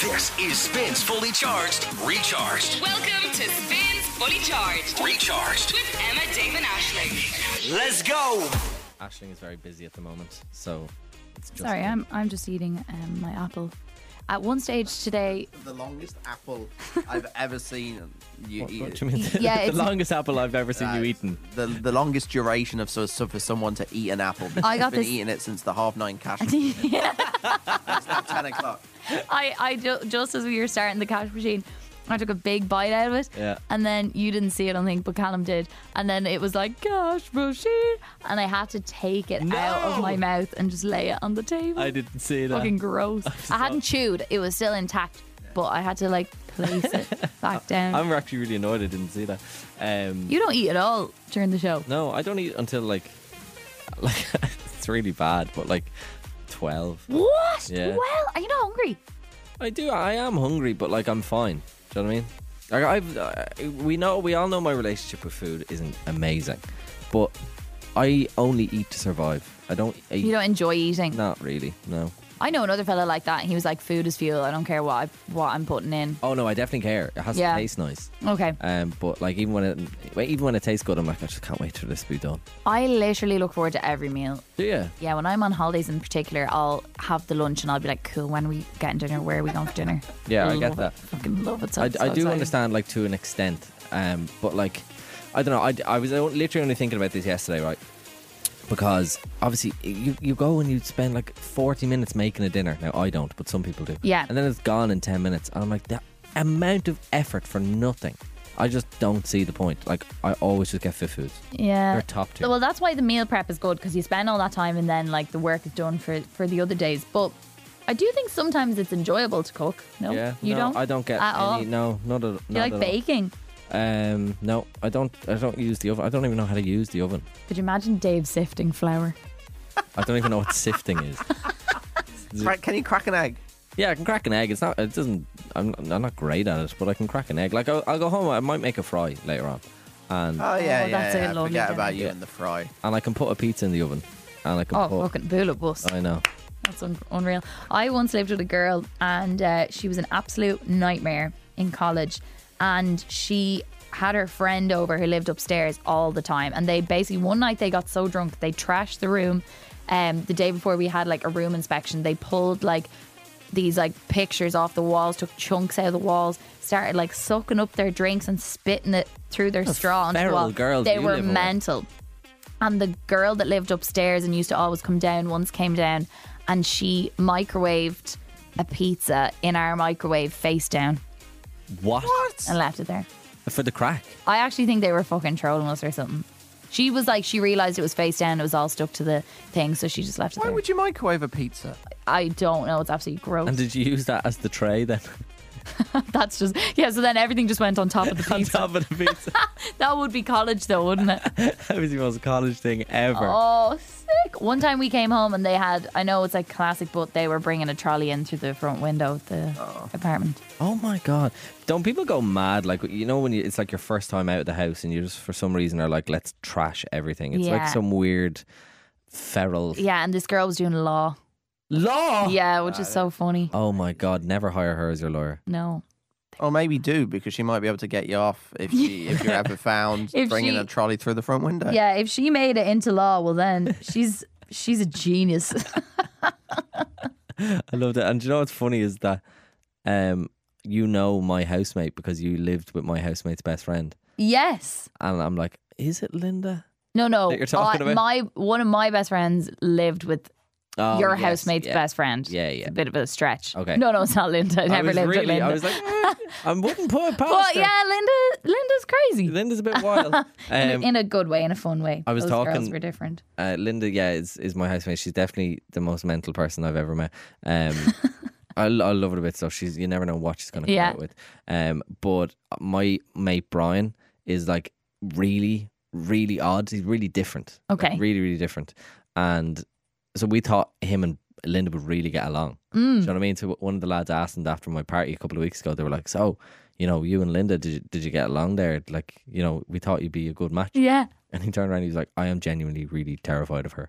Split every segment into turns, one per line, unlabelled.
This is Spins Fully Charged, Recharged,
Welcome to Spins Fully Charged
Recharged.
with Emma Damon Ashley.
Let's go.
Ashling is very busy at the moment, so it's just
Sorry, I'm I'm just eating um, my apple. At one stage today,
the longest apple I've ever seen you
What,
eat.
what do you mean?
Yeah,
the
it's-
longest apple I've ever seen you eaten.
The, the longest duration of so, so for someone to eat an apple. because
I
I've
got
been
this-
eating it since the half nine cash. It's
I
now ten o'clock.
I ju- just as we were starting the cash machine, I took a big bite out of it.
Yeah.
And then you didn't see it, I don't think, but Callum did. And then it was like cash machine, and I had to take it out of
No!
my mouth and just lay it on the table.
I uh, didn't see that.
Fucking gross. I hadn't chewed; it was still intact, but I had to like place it back down.
I'm actually really annoyed I didn't see that. Um,
you don't eat at all during the show.
no, I don't eat until like, like it's really bad, but like twelve.
What?
Yeah.
Well, are you not hungry?
I do. I am hungry, but like I'm fine. Do you know what I mean? Like I've, I, we know, we all know my relationship with food isn't amazing, but I only eat to survive. I don't eat.
You don't enjoy eating.
Not really. No.
I know another fella like that. And he was like, "Food is fuel. I don't care what I, what I'm putting in."
Oh no, I definitely care. It has
Yeah.
to taste nice.
Okay,
Um, but like even when it wait, even when it tastes good, I'm like I just can't wait till this to be done.
I literally look forward to every meal.
Do you?
Yeah, when I'm on holidays in particular, I'll have the lunch and I'll be like, "Cool, when are we getting dinner? Where are we going for dinner?"
Yeah, I
Love
get
it.
that.
Fucking love it. So
I, I
so
do
exciting.
understand like to an extent, um, but like I don't know. I, I was o- literally only thinking about this yesterday, right? Because obviously you, you go and you spend like forty minutes making a dinner. Now I don't, but some people do.
Yeah.
And then it's gone in ten minutes, and I'm like that amount of effort for nothing. I just don't see the point. Like I always just get fit foods.
Yeah,
They're top tier.
Well, that's why the meal prep is good because you spend all that time and then like the work is done for for the other days. But I do think sometimes it's enjoyable to cook. No,
yeah,
you
no,
don't.
I don't get
at
any.
all.
No, not at. Not
you like
at all.
baking?
Um, no, I don't. I don't use the oven. I don't even know how to use the oven.
Could you imagine Dave sifting flour?
I don't even know what sifting is.
Crack, can you crack an egg?
Yeah, I can crack an egg. It's not. It doesn't. I'm, I'm not great at it, but I can crack an egg. Like I'll, I'll go home. I might make a fry later on, and
Oh yeah, yeah.
that's a
yeah.
lovely
Forget
dinner.
about you
Yeah.
and the fry.
and I can put a pizza in the oven, and I can
Oh,
put.
fucking Bula Bus.
I know.
That's un- unreal. I once lived with a girl, and uh, she was an absolute nightmare in college. And she had her friend over who lived upstairs all the time. And they basically one night they got so drunk they trashed the room. Um, the day before we had like a room inspection, they pulled like these like pictures off the walls, took chunks out of the walls, started like sucking up their drinks and spitting it through their straw onto the
feral
wall.
girls
they
you
were
live with.
mental. And the girl that lived upstairs and used to always come down once came down and she microwaved a pizza in our microwave face down
What?
and left it there.
For the crack?
I actually think they were fucking trolling us or something. She was like, she realized it was face down, it was all stuck to the thing, so she just left it
Why
there.
would you microwave a pizza?
I don't know, it's absolutely gross.
And did you use that as the tray then?
That's just, yeah, so then everything just went on top of the
on
pizza.
top of the pizza.
That would be college though, wouldn't it?
that was the most college thing ever.
Oh, sick. One time we came home and they had, I know it's like classic, but they were bringing a trolley in through the front window of the apartment.
Oh my god! Don't people go mad? Like you know when you, it's like your first time out of the house, and you just for some reason are like, let's trash everything. It's like
Yeah.
some weird feral
Yeah, and this girl was doing law.
law.
Yeah, which is so funny.
Oh my god! Never hire her as your lawyer.
No.
Or maybe do because she might be able to get you off if she if you're ever found
If
bringing
she-
a trolley through the front window.
Yeah, if she made it into law, well then she's she's a genius.
I love that. And do you know what's funny is that, um, you know my housemate because you lived with my housemate's best friend,
yes.
and I'm like, is it Linda?
No, no.
That you're talking
I-
about?
My one of my best friends lived with
Oh,
your
yes,
housemate's
yeah.
best friend.
Yeah, yeah.
It's a bit of a stretch.
Okay.
No, no, it's not Linda. I
I
never
was
lived with
really,
Linda.
I was like, eh, I wouldn't put it past
but
her.
yeah, Linda Linda's crazy.
Linda's a bit wild.
In a-
Um,
in a good way, in a fun way.
I was
Those girls
talking-
were different.
uh, Linda, yeah, is, is my housemate. She's definitely the most mental person I've ever met. Um, I, lo- I love it a bit. So she's you never know what she's going to come
Yeah.
out with. Um, but my mate Brian is like really, really odd. He's really different. Like,
Okay.
really, really different. And so we thought him and Linda would really get along.
Mm.
Do you know what I mean? So one of the lads asked him after my party a couple of weeks ago. They were like, "So, you know, you and Linda, did you, did you get along there? Like, you know, we thought you'd be a good match."
Yeah.
And he turned around. and He was like, "I am genuinely really terrified of her.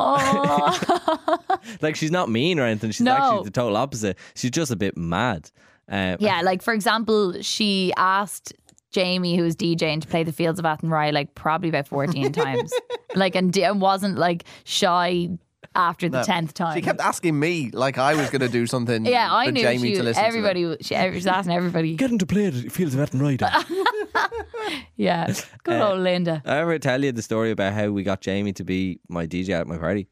Oh,
Like, she's not mean or anything. She's
No.
actually the total opposite. She's just a bit mad." Uh,
yeah. Like for example, she asked Jamie, who was DJing, to play the Fields of Athenry like probably about fourteen times. Like and, di- and wasn't like shy after the
No.
tenth time.
She kept asking me like I was going to do something.
yeah, I
for
knew
Jamie
she.
to
was-
listen
everybody. was- She, she was asking everybody.
Get him to play it. It feels about right.
Yeah. Good
Uh,
old Linda.
I ever tell you the story about how we got Jamie to be my DJ at my party?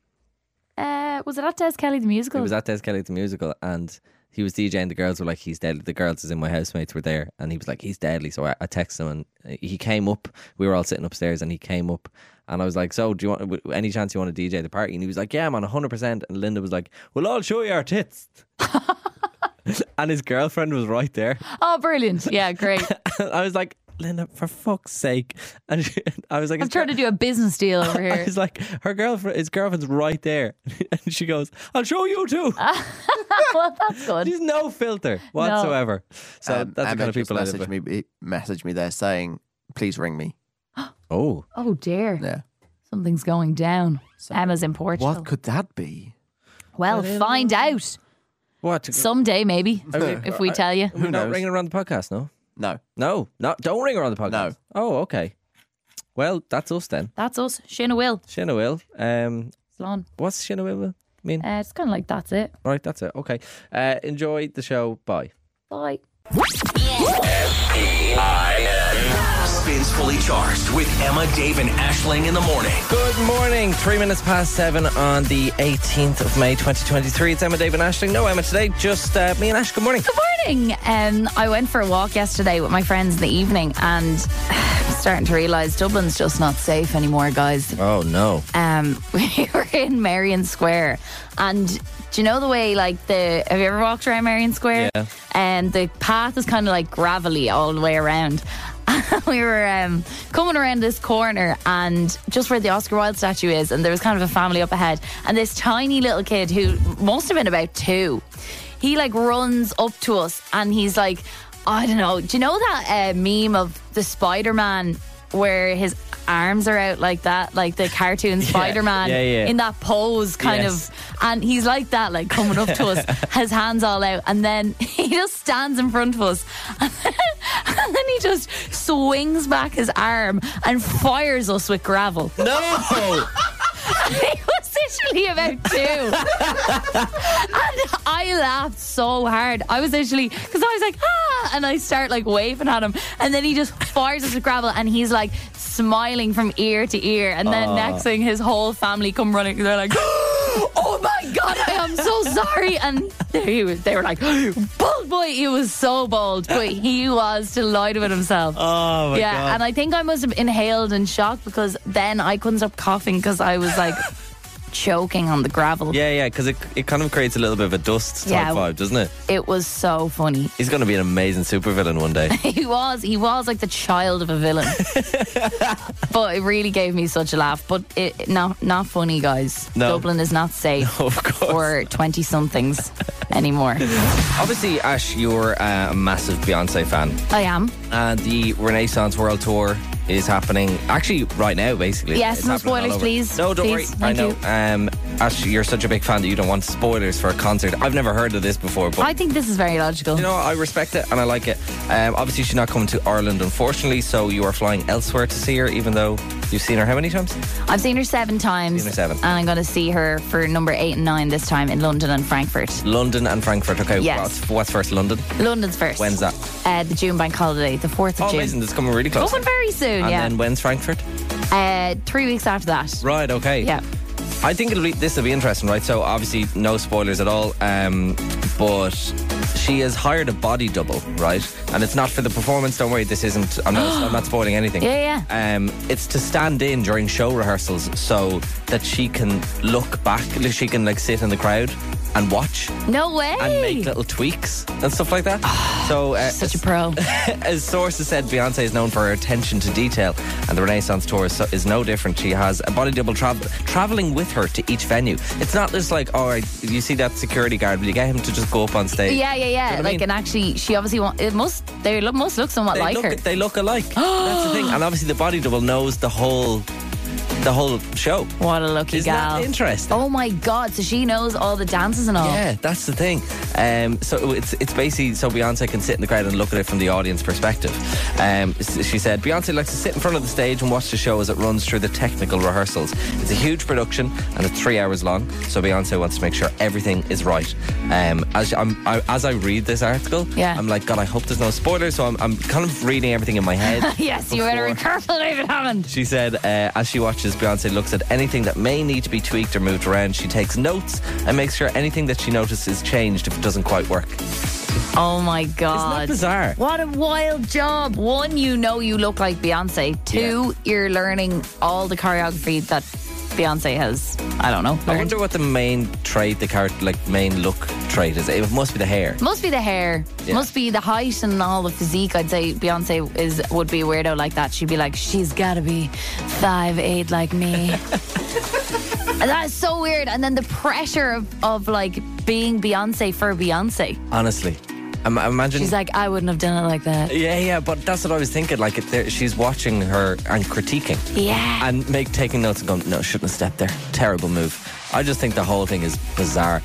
Uh, was it at Des Kelly the musical?
It was at Des Kelly at the musical, and he was DJing. The girls were like, "He's deadly." The girls is in my housemates were there, and he was like, "He's deadly." So I, I texted him, and he came up. We were all sitting upstairs, and he came up, and I was like, "So, do you want w- any chance you want to DJ the party?" And he was like, "Yeah, man, hundred percent." And Linda was like, "Well, I'll show you our tits." and his girlfriend was right there.
oh, brilliant. Yeah, great.
I was like, "Linda, for fuck's sake!" And she, I was like,
I'm
"His
trying to do a business deal over
I
here.
was like, her girlfriend, his girlfriend's right there, and she goes, "I'll show you too."
well, that's good.
There's no filter whatsoever.
to
So
Um,
that's the
Emma
kind of
just
people I live
messaged
with.
me. he Messaged me there saying, "Please ring me."
Oh,
Oh dear,
Yeah.
something's going down. Emma's in Portugal.
What could that be?
well, find out
what?
someday, maybe
mean,
if we tell you.
We're not
knows?
ringing around the podcast, no,
No.
no, not. Don't ring around the podcast.
No.
Oh, okay. Well, that's us then.
That's us. Shana will.
Shinna will. Um,
Slán.
what's Shinna will mean?
Uh, it's kind of like that's it.
right, that's it. Okay. Uh, enjoy the show. Bye.
Bye.
Spins fully charged with Emma, Dave, and Ashling in the morning.
Good morning. Three minutes past seven on the 18th of May, 2023. It's Emma, Dave, and Ashley. No Emma today, just uh, me and Ash. Good morning.
morning. Um, I went for a walk yesterday with my friends in the evening, and I'm starting to realise Dublin's just not safe anymore, guys.
Oh no.
um, we were in Marion Square, and do you know the way like the have you ever walked around Marion Square?
Yeah.
And the path is kind of like gravelly all the way around. we were um, coming around this corner, and just where the Oscar Wilde statue is, and there was kind of a family up ahead, and this tiny little kid who must have been about two, he like runs up to us, and he's like, I don't know, do you know that uh, meme of the Spider Man? Where his arms are out like that, like the cartoon Spider Man
yeah, yeah.
in that pose, kind
Yes.
of and he's like that, like coming up to us, his hands all out, and then he just stands in front of us, and then, he just swings back his arm and fires us with gravel.
No.
he was literally about two, and I laughed so hard. I was literally because I was like ah, and I start like waving at him, and then he just fires us with gravel, and he's like smiling from ear to ear, and then next thing his whole family come running, they're like. oh my god, I am so sorry. And they were, they were like, bold boy, he was so bold, but he was delighted with himself.
Oh my
yeah, and I think I must have inhaled and shocked because then I couldn't stop coughing because I was like choking on the gravel.
Yeah, yeah, because it, it kind of creates a little bit of a dust type
Yeah.
vibe, doesn't it?
It was so funny.
He's going to be an amazing supervillain one day.
He was, he was like the child of a villain. but it really gave me such a laugh. But it not not funny, guys.
No.
Dublin is not safe
of course.
for twenty somethings anymore.
Obviously, Ash, you're uh, a massive Beyonce fan,
I am.
and the Renaissance World Tour is happening actually right now, basically.
Yes,
It's
no
happening all
spoilers,
over.
please.
No, don't
Please,
worry. I
thank
know.
you.
Um, Ash, you're such a big fan that you don't want spoilers for a concert. I've never heard of this before, but
I think this is very logical.
You know, I respect it and I like it. Um, obviously, she's not coming to Ireland, unfortunately, so you are flying elsewhere to see her, even though you've seen her how many times?
I've seen her seven times.
Seen her seven.
And I'm going to see her for number eight and nine this time in London and Frankfurt.
London and Frankfurt. Okay,
Yes.
what's, what's first, London?
London's first.
When's that?
Uh, the June bank holiday, the 4th of
Oh,
June.
amazing. It's coming really close.
Open very soon,
and
yeah.
then when's Frankfurt?
uh, three weeks after that.
Right, okay.
Yeah.
I think it'll be this will be interesting, right? So obviously no spoilers at all. Um but She has hired a body double, right? And it's not for the performance. Don't worry, this isn't. I'm not. I'm not spoiling anything.
Yeah,
yeah. Um, it's to stand in during show rehearsals so that she can look back. She can like sit in the crowd and watch
No way.
and make little tweaks and stuff like that. so uh,
Such a pro.
as sources said, Beyonce is known for her attention to detail, and the Renaissance tour is, so, is no different. She has a body double travel traveling with her to each venue. It's not just like, all right, you see that security guard, will you get him to just go up on stage?
yeah, yeah,
what
yeah.
I
Like,
mean?
and actually, she obviously want, it must they look, must look somewhat
They
like
look,
her.
They look alike. That's the thing. And obviously, the body double knows the whole, the whole show.
What a lucky
Isn't
gal!
that interesting?
Oh my god! So she knows all the dances and all.
Yeah, that's the thing. Um, so it's it's basically so Beyonce can sit in the crowd and look at it from the audience perspective. Um, s- she said Beyonce likes to sit in front of the stage and watch the show as it runs through the technical rehearsals. It's a huge production and it's three hours long, so Beyonce wants to make sure everything is right. Um, as I'm, I, as I read this article,
Yeah.
I'm like, God, I hope there's no spoilers. So I'm, I'm kind of reading everything in my head.
Yes, you better be
before-
careful, David Hammond.
she said, uh, as she watches, Beyonce looks at anything that may need to be tweaked or moved around. She takes notes and makes sure anything that she notices is changed if it doesn't quite work.
Oh my
Isn't
god!
that bizarre?
What a wild job! One, you know you look like Beyonce. Two, you're learning all the choreography that Beyonce has. I don't know.
I wonder what the main trait, the character, like main look trait is. It must be the hair.
Must be the hair.
Yeah.
Must be the height and all the physique. I'd say Beyonce is would be a weirdo like that. She'd be like, she's gotta be five eight like me. And That's so weird. And then the pressure of, of like being Beyonce for Beyonce.
Honestly, um, imagine.
She's like, I wouldn't have done it like that.
yeah, yeah, but that's what I was thinking. Like, it, there, she's watching her and critiquing
Yeah.
and make taking notes and going, "No, shouldn't have stepped there. Terrible move." I just think the whole thing is bizarre.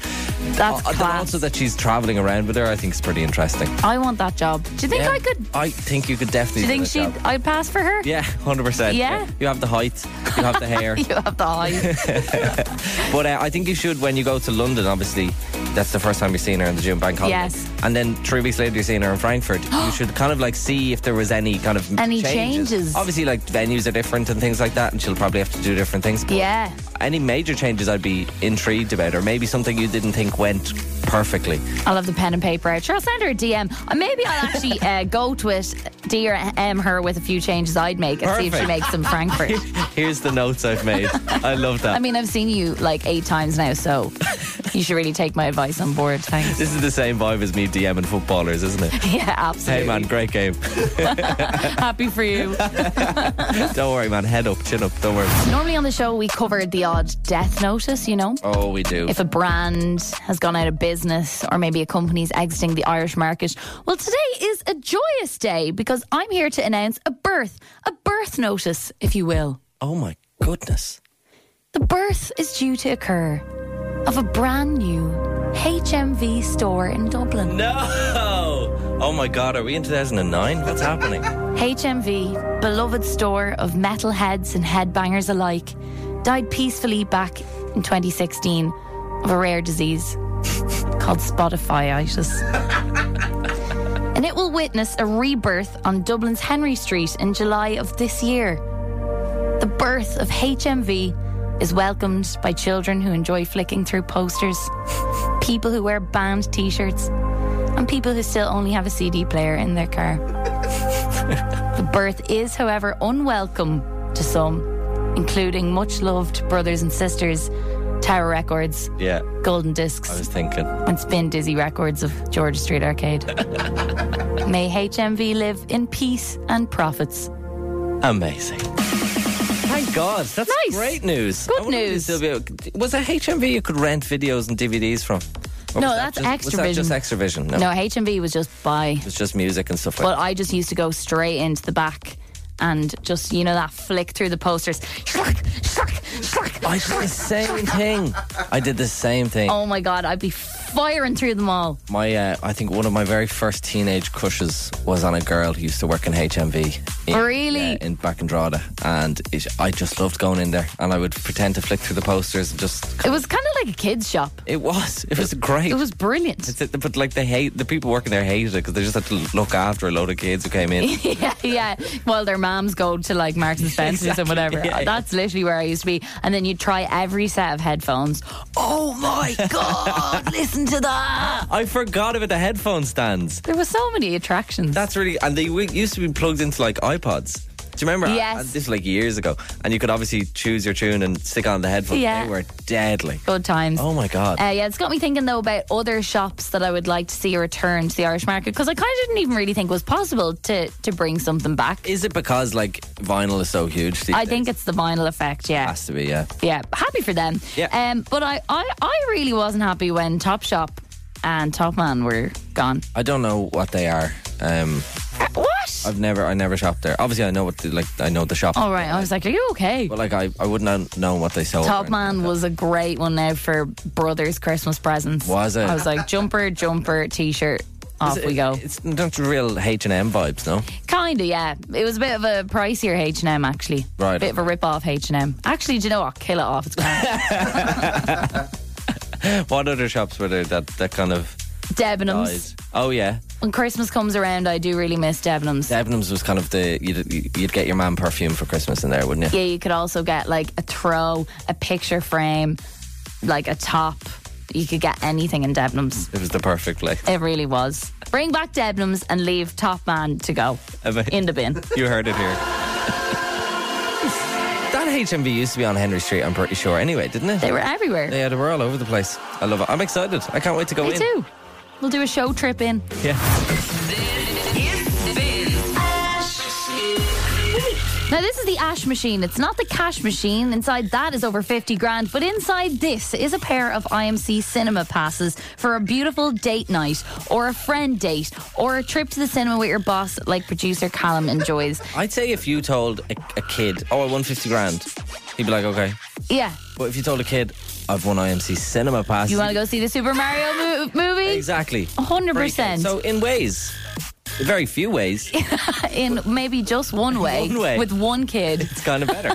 That's
Uh, then
class.
also that she's traveling around with her, I think is pretty interesting.
I want that job. Do you think I could? Do
I think you could definitely.
you think
do
she?
that
would
job.
I'd pass for her.
Yeah, hundred percent.
Yeah?
you have the height, you have the hair,
You have the height.
but uh, I think you should when you go to London. Obviously, that's the first time you're seeing her in the gym bank holiday.
Yes.
and then three weeks later you're seeing her in Frankfurt. you should kind of like see if there was any kind of
Any changes.
Obviously, like venues are different and things like that, and she'll probably have to do different things. but
yeah.
Any major changes I'd be intrigued about, or maybe something you didn't think went perfectly.
I'll have the pen and paper out. Sure, I'll send her a DM. Uh, Maybe I'll actually uh, go to it, DM her with a few changes I'd make and see if she
Perfect.
makes some Frankfurt.
Here's the notes I've made. I love that.
I mean, I've seen you like eight times now, so you should really take my advice on board. Thanks.
this is the same vibe as me DMing footballers, isn't it?
Yeah,
Hey
absolutely.
man, great game.
Happy for you.
Don't worry, man. Head up, chin up. Don't worry.
Normally on the show, we covered the odd death notice, you know?
Oh, we do.
If a brand has gone out of business or maybe a company's exiting the Irish market. Well, today is a joyous day because I'm here to announce a birth, a birth notice, if you will.
oh my goodness.
The birth is due to occur of a brand new HMV store in Dublin.
No. Oh my god. Are we in 2009? What's happening?
HMV, beloved store of metalheads and headbangers alike, died peacefully back in 2016 of a rare disease called Spotify-itis. and it will witness a rebirth on Dublin's Henry Street in July of this year. The birth of HMV is welcomed by children who enjoy flicking through posters, people who wear band t-shirts, and people who still only have a CD player in their car. The birth is, however, unwelcome to some, including much loved brothers and sisters, Tower Records,
Yeah.
Golden
I
Discs,
was thinking.
and Spin Dizzy Records of George Street Arcade. May HMV live in peace and profits.
Amazing. Thank God. That's
Nice.
great news.
Good
I wonder if
news.
there'll be a- was it HMV you could rent videos and DVDs from? Or
No,
was
that's
just, Was that
Extravision.
just Extravision? No.
No, HMV was just by.
It's just music and stuff like
Well, I just used to go straight into the back and just, you know, that flick through the posters. Shrek, shrek, shrek.
I did the same thing. I did the same thing.
Oh my God, I'd be firing through them all.
My, uh, I think one of my very first teenage crushes was on a girl who used to work in HMV. In,
Really?
yeah, in back in Drogheda, and it, I just loved going in there, and I would pretend to flick through the posters and just.
It was kind of like a kids shop.
It was. It was great.
It was brilliant.
It's- But like they hate the people working there hated it because they just had to look after a load of kids who came in.
yeah, yeah. Well, their moms go to like Marks and Spencer's and whatever. That's literally where I used to be. And then you try every set of headphones. Oh my god! listen to that.
I forgot about the headphone stands.
There were so many attractions.
That's really and they w- used to be plugged into like iPods. Do you remember?
Yes.
And This was like years ago, and you could obviously choose your tune and stick on the headphones.
Yeah.
They were deadly.
good times.
Oh my god!
Uh, yeah, it's got me thinking though about other shops that I would like to see return to the Irish market because I kind of didn't even really think was possible to to bring something back.
Is it because like vinyl is so huge? these
I think
days?
it's the vinyl effect.
it
Yeah,
has to be. Yeah.
yeah. Happy for them.
Yeah.
Um, but I, I I really wasn't happy when Topshop and Topman were gone.
I don't know what they are. Um,
Uh, what?
I've never, I never shopped there. Obviously, I know what the, like I know the shop,
All right. I was like, are you okay?
but like I, I wouldn't know what they sold. or
Top
anything
Man
like that.
was a great one now for brothers' Christmas presents.
Was it?
I was like jumper, jumper, t-shirt. Off we go.
It's not real H and M vibes, no.
Kinda, yeah. It was a bit of a pricier H and M actually.
Right.
Bit of a rip off H and M. Actually, do you know what? Kill it off. It's grand.
What other shops were there that that kind of
Debenhams.
died? Oh yeah,
When Christmas comes around, I do really miss Debenhams.
Debenhams was kind of the you'd, you'd get your man perfume for Christmas in there, wouldn't you?
yeah, you could also get like a throw, a picture frame, like a top. You could get anything in Debenhams.
It was the perfect place.
It really was. Bring back Debenhams and leave Top Man to go
Ama-
in the bin.
You heard it here. that HMV used to be on Henry Street, I'm pretty sure. Anyway, didn't it?
They were everywhere.
Yeah, they were all over the place. I love it. I'm excited. I can't wait to go
Me
in.
too. We'll do a show trip in.
This spins.
Now, this is the ash machine. It's not the cash machine. Inside that is over 50 grand, but inside this is a pair of IMC cinema passes for a beautiful date night or a friend date or a trip to the cinema with your boss, like producer Callum enjoys.
I'd say if you told a, a kid, oh, I won 50 grand, he'd be like, okay.
Yeah.
But if you told a kid, I've won IMC Cinema Pass.
You want to go see the Super Mario mo- movie?
Exactly.
100%.
So, in ways, very few ways,
In maybe just one way,
One way.
with one kid.
it's kind of better.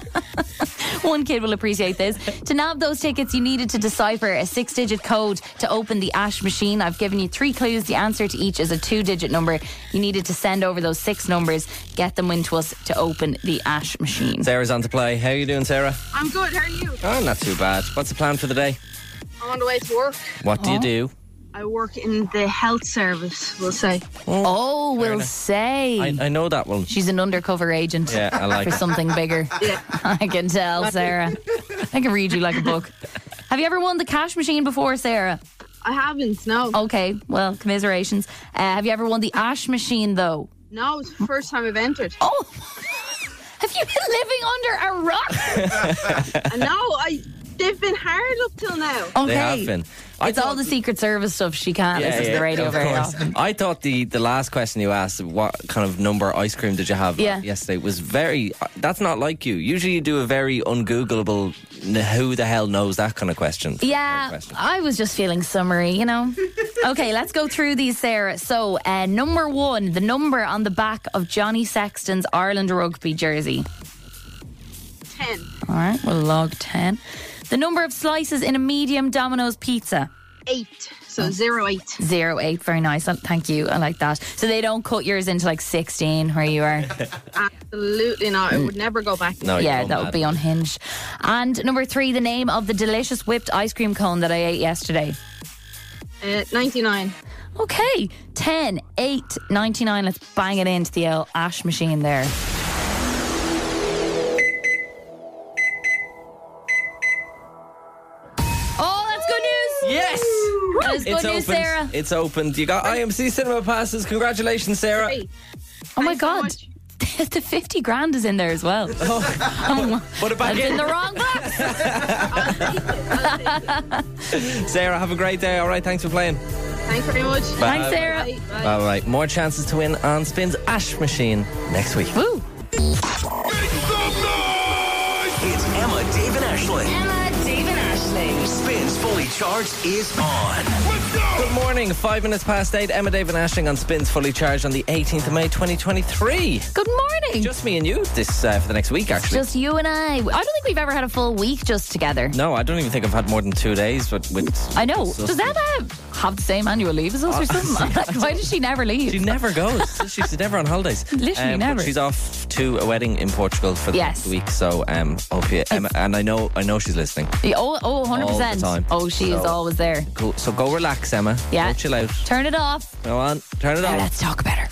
One kid will appreciate this. To nab those tickets, you needed to decipher a six digit code to open the Ash machine. I've given you three clues. The answer to each is a two digit number. You needed to send over those six numbers, get them into us to open the Ash machine.
Sarah's on to play. How are you doing, Sarah?
I'm good. How are you?
Oh, not too bad. What's the plan for the day?
I'm on the way to work.
What do you do?
I work in the health service, we'll say.
Oh, we'll
enough.
say.
I, I know that one.
She's an undercover agent
Yeah, I like
for
it.
something bigger. I can tell, Sarah. I can read you like a book. Have you ever won the cash machine before, Sarah?
I haven't, no.
Okay, well, commiserations. Uh, have you ever won the Ash machine, though?
No, it's the first time I've entered.
Oh, have you been living under a rock?
And no, I they've been hard up till now.
Okay.
They have been. I
It's all
thought-
the Secret Service stuff she can't listen to the radio
of
very
course.
often.
I thought the, the last question you asked, what kind of number ice cream did you have
Yeah.
yesterday, was very. That's not like you. Usually you do a very ungoogleable, n- who the hell knows that kind of question. Kind
Yeah,
of question.
I was just feeling summary, you know. okay, let's go through these, Sarah. So, uh, number one, the number on the back of Johnny Sexton's Ireland rugby jersey.
Ten.
All right, we'll log 10. The number of slices in a medium Domino's pizza.
Eight. So zero eight.
Zero eight, very nice. Uh, Thank you. I like that. So they don't cut yours into like sixteen where you are.
Absolutely not. I would never go back.
No, Oh, you're
yeah,
going
that would
mad.
be unhinged. And number three, the name of the delicious whipped ice cream cone that I ate yesterday.
Uh, 99.
Okay, 10, 8, 99. Let's bang it into the old ash machine there. Oh, that's good news!
Yes!
That is good
It's
news,
opened.
Sarah.
It's opened. You got IMC Cinema Passes. Congratulations, Sarah.
Great.
Oh my
Thanks so
god.
much.
the 50 grand is in there as well.
Put it back
That's in
in.
the wrong box.
Sarah, have a great day. All right, thanks for playing.
Thanks very much.
Thanks, Sarah.
Bye, bye.
All right, more chances to win on Spin's Ash Machine next week.
Woo.
It's Emma, Dave, and Ashling.
Emma, Dave, and Ashling.
Spins Fully Charged is on.
Good morning, five minutes past eight. Emma David Ashing on Spins Fully Charged on the 18th of May 2023.
Good morning. Just,
Just me and you this uh, for the next week, actually.
you and I. I don't think we've ever had a full week just together.
no, I don't even think I've had more than two days, but with.
I know.
Sus-
Does Emma have the same annual leave as us or something? I'm like, why does she never leave?
Uh, She never goes. she's never on holidays. Um,
Literally
but
never.
She's off to a wedding in Portugal for the
Yes.
week. So, um, hope you, Emma, and I know, I know she's listening.
oh, oh, 100%.
All the time.
Oh, she is
So-
always there.
Cool. So go relax, Emma.
Yeah.
Go chill out.
Turn it off.
Go on. Turn it
Now
off.
let's talk better.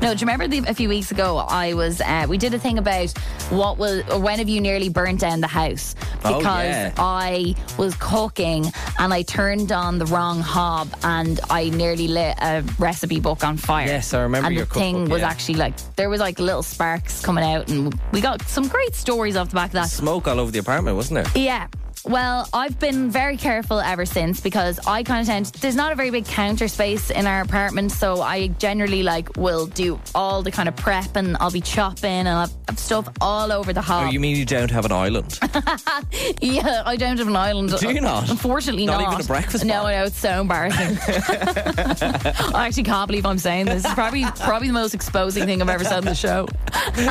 no, do you remember the, a few weeks ago? I was uh, we did a thing about what was or when have you nearly burnt down the house
Oh,
because
yeah.
I was cooking and I turned on the wrong hob and I nearly lit a recipe book on fire.
Yes, I remember
And
your
the thing
cookbook,
was
yeah.
actually like there was like little sparks coming out and we got some great stories off the back of that.
Smoke all over the apartment, wasn't there?
Yeah. Well, I've been very careful ever since because I kind of tend there's not a very big counter space in our apartment, so I generally like will do all the kind of prep and I'll be chopping and I'll have stuff all over the hob.
Oh, you mean you don't have an island?
yeah, I don't have an island.
Do you not?
Unfortunately,
Not
not.
even a breakfast
No,
bar?
I know it's so embarrassing. I actually can't believe I'm saying this. It's probably probably the most exposing thing I've ever said on the show.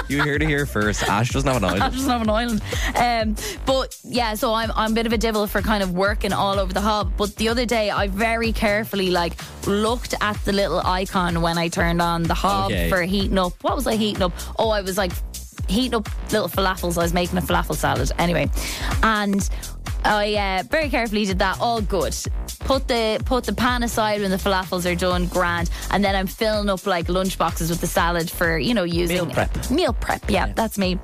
you heard it here first. Ash doesn't have an
I
island.
just have an island. Um, but yeah, so I'm, I'm a bit of a devil for kind of working all over the hub. But the other day, I very carefully like looked at the little icon when I turned on the hob
Okay.
for heating up. What was I heating up? Oh, I was like heating up little falafels. I was making a falafel salad anyway, and. I uh, very carefully did that. All good. Put the put the pan aside when the falafels are done. Grand, and then I'm filling up like lunch boxes with the salad for you know using
Meal prep.
Meal prep, yeah, that's me.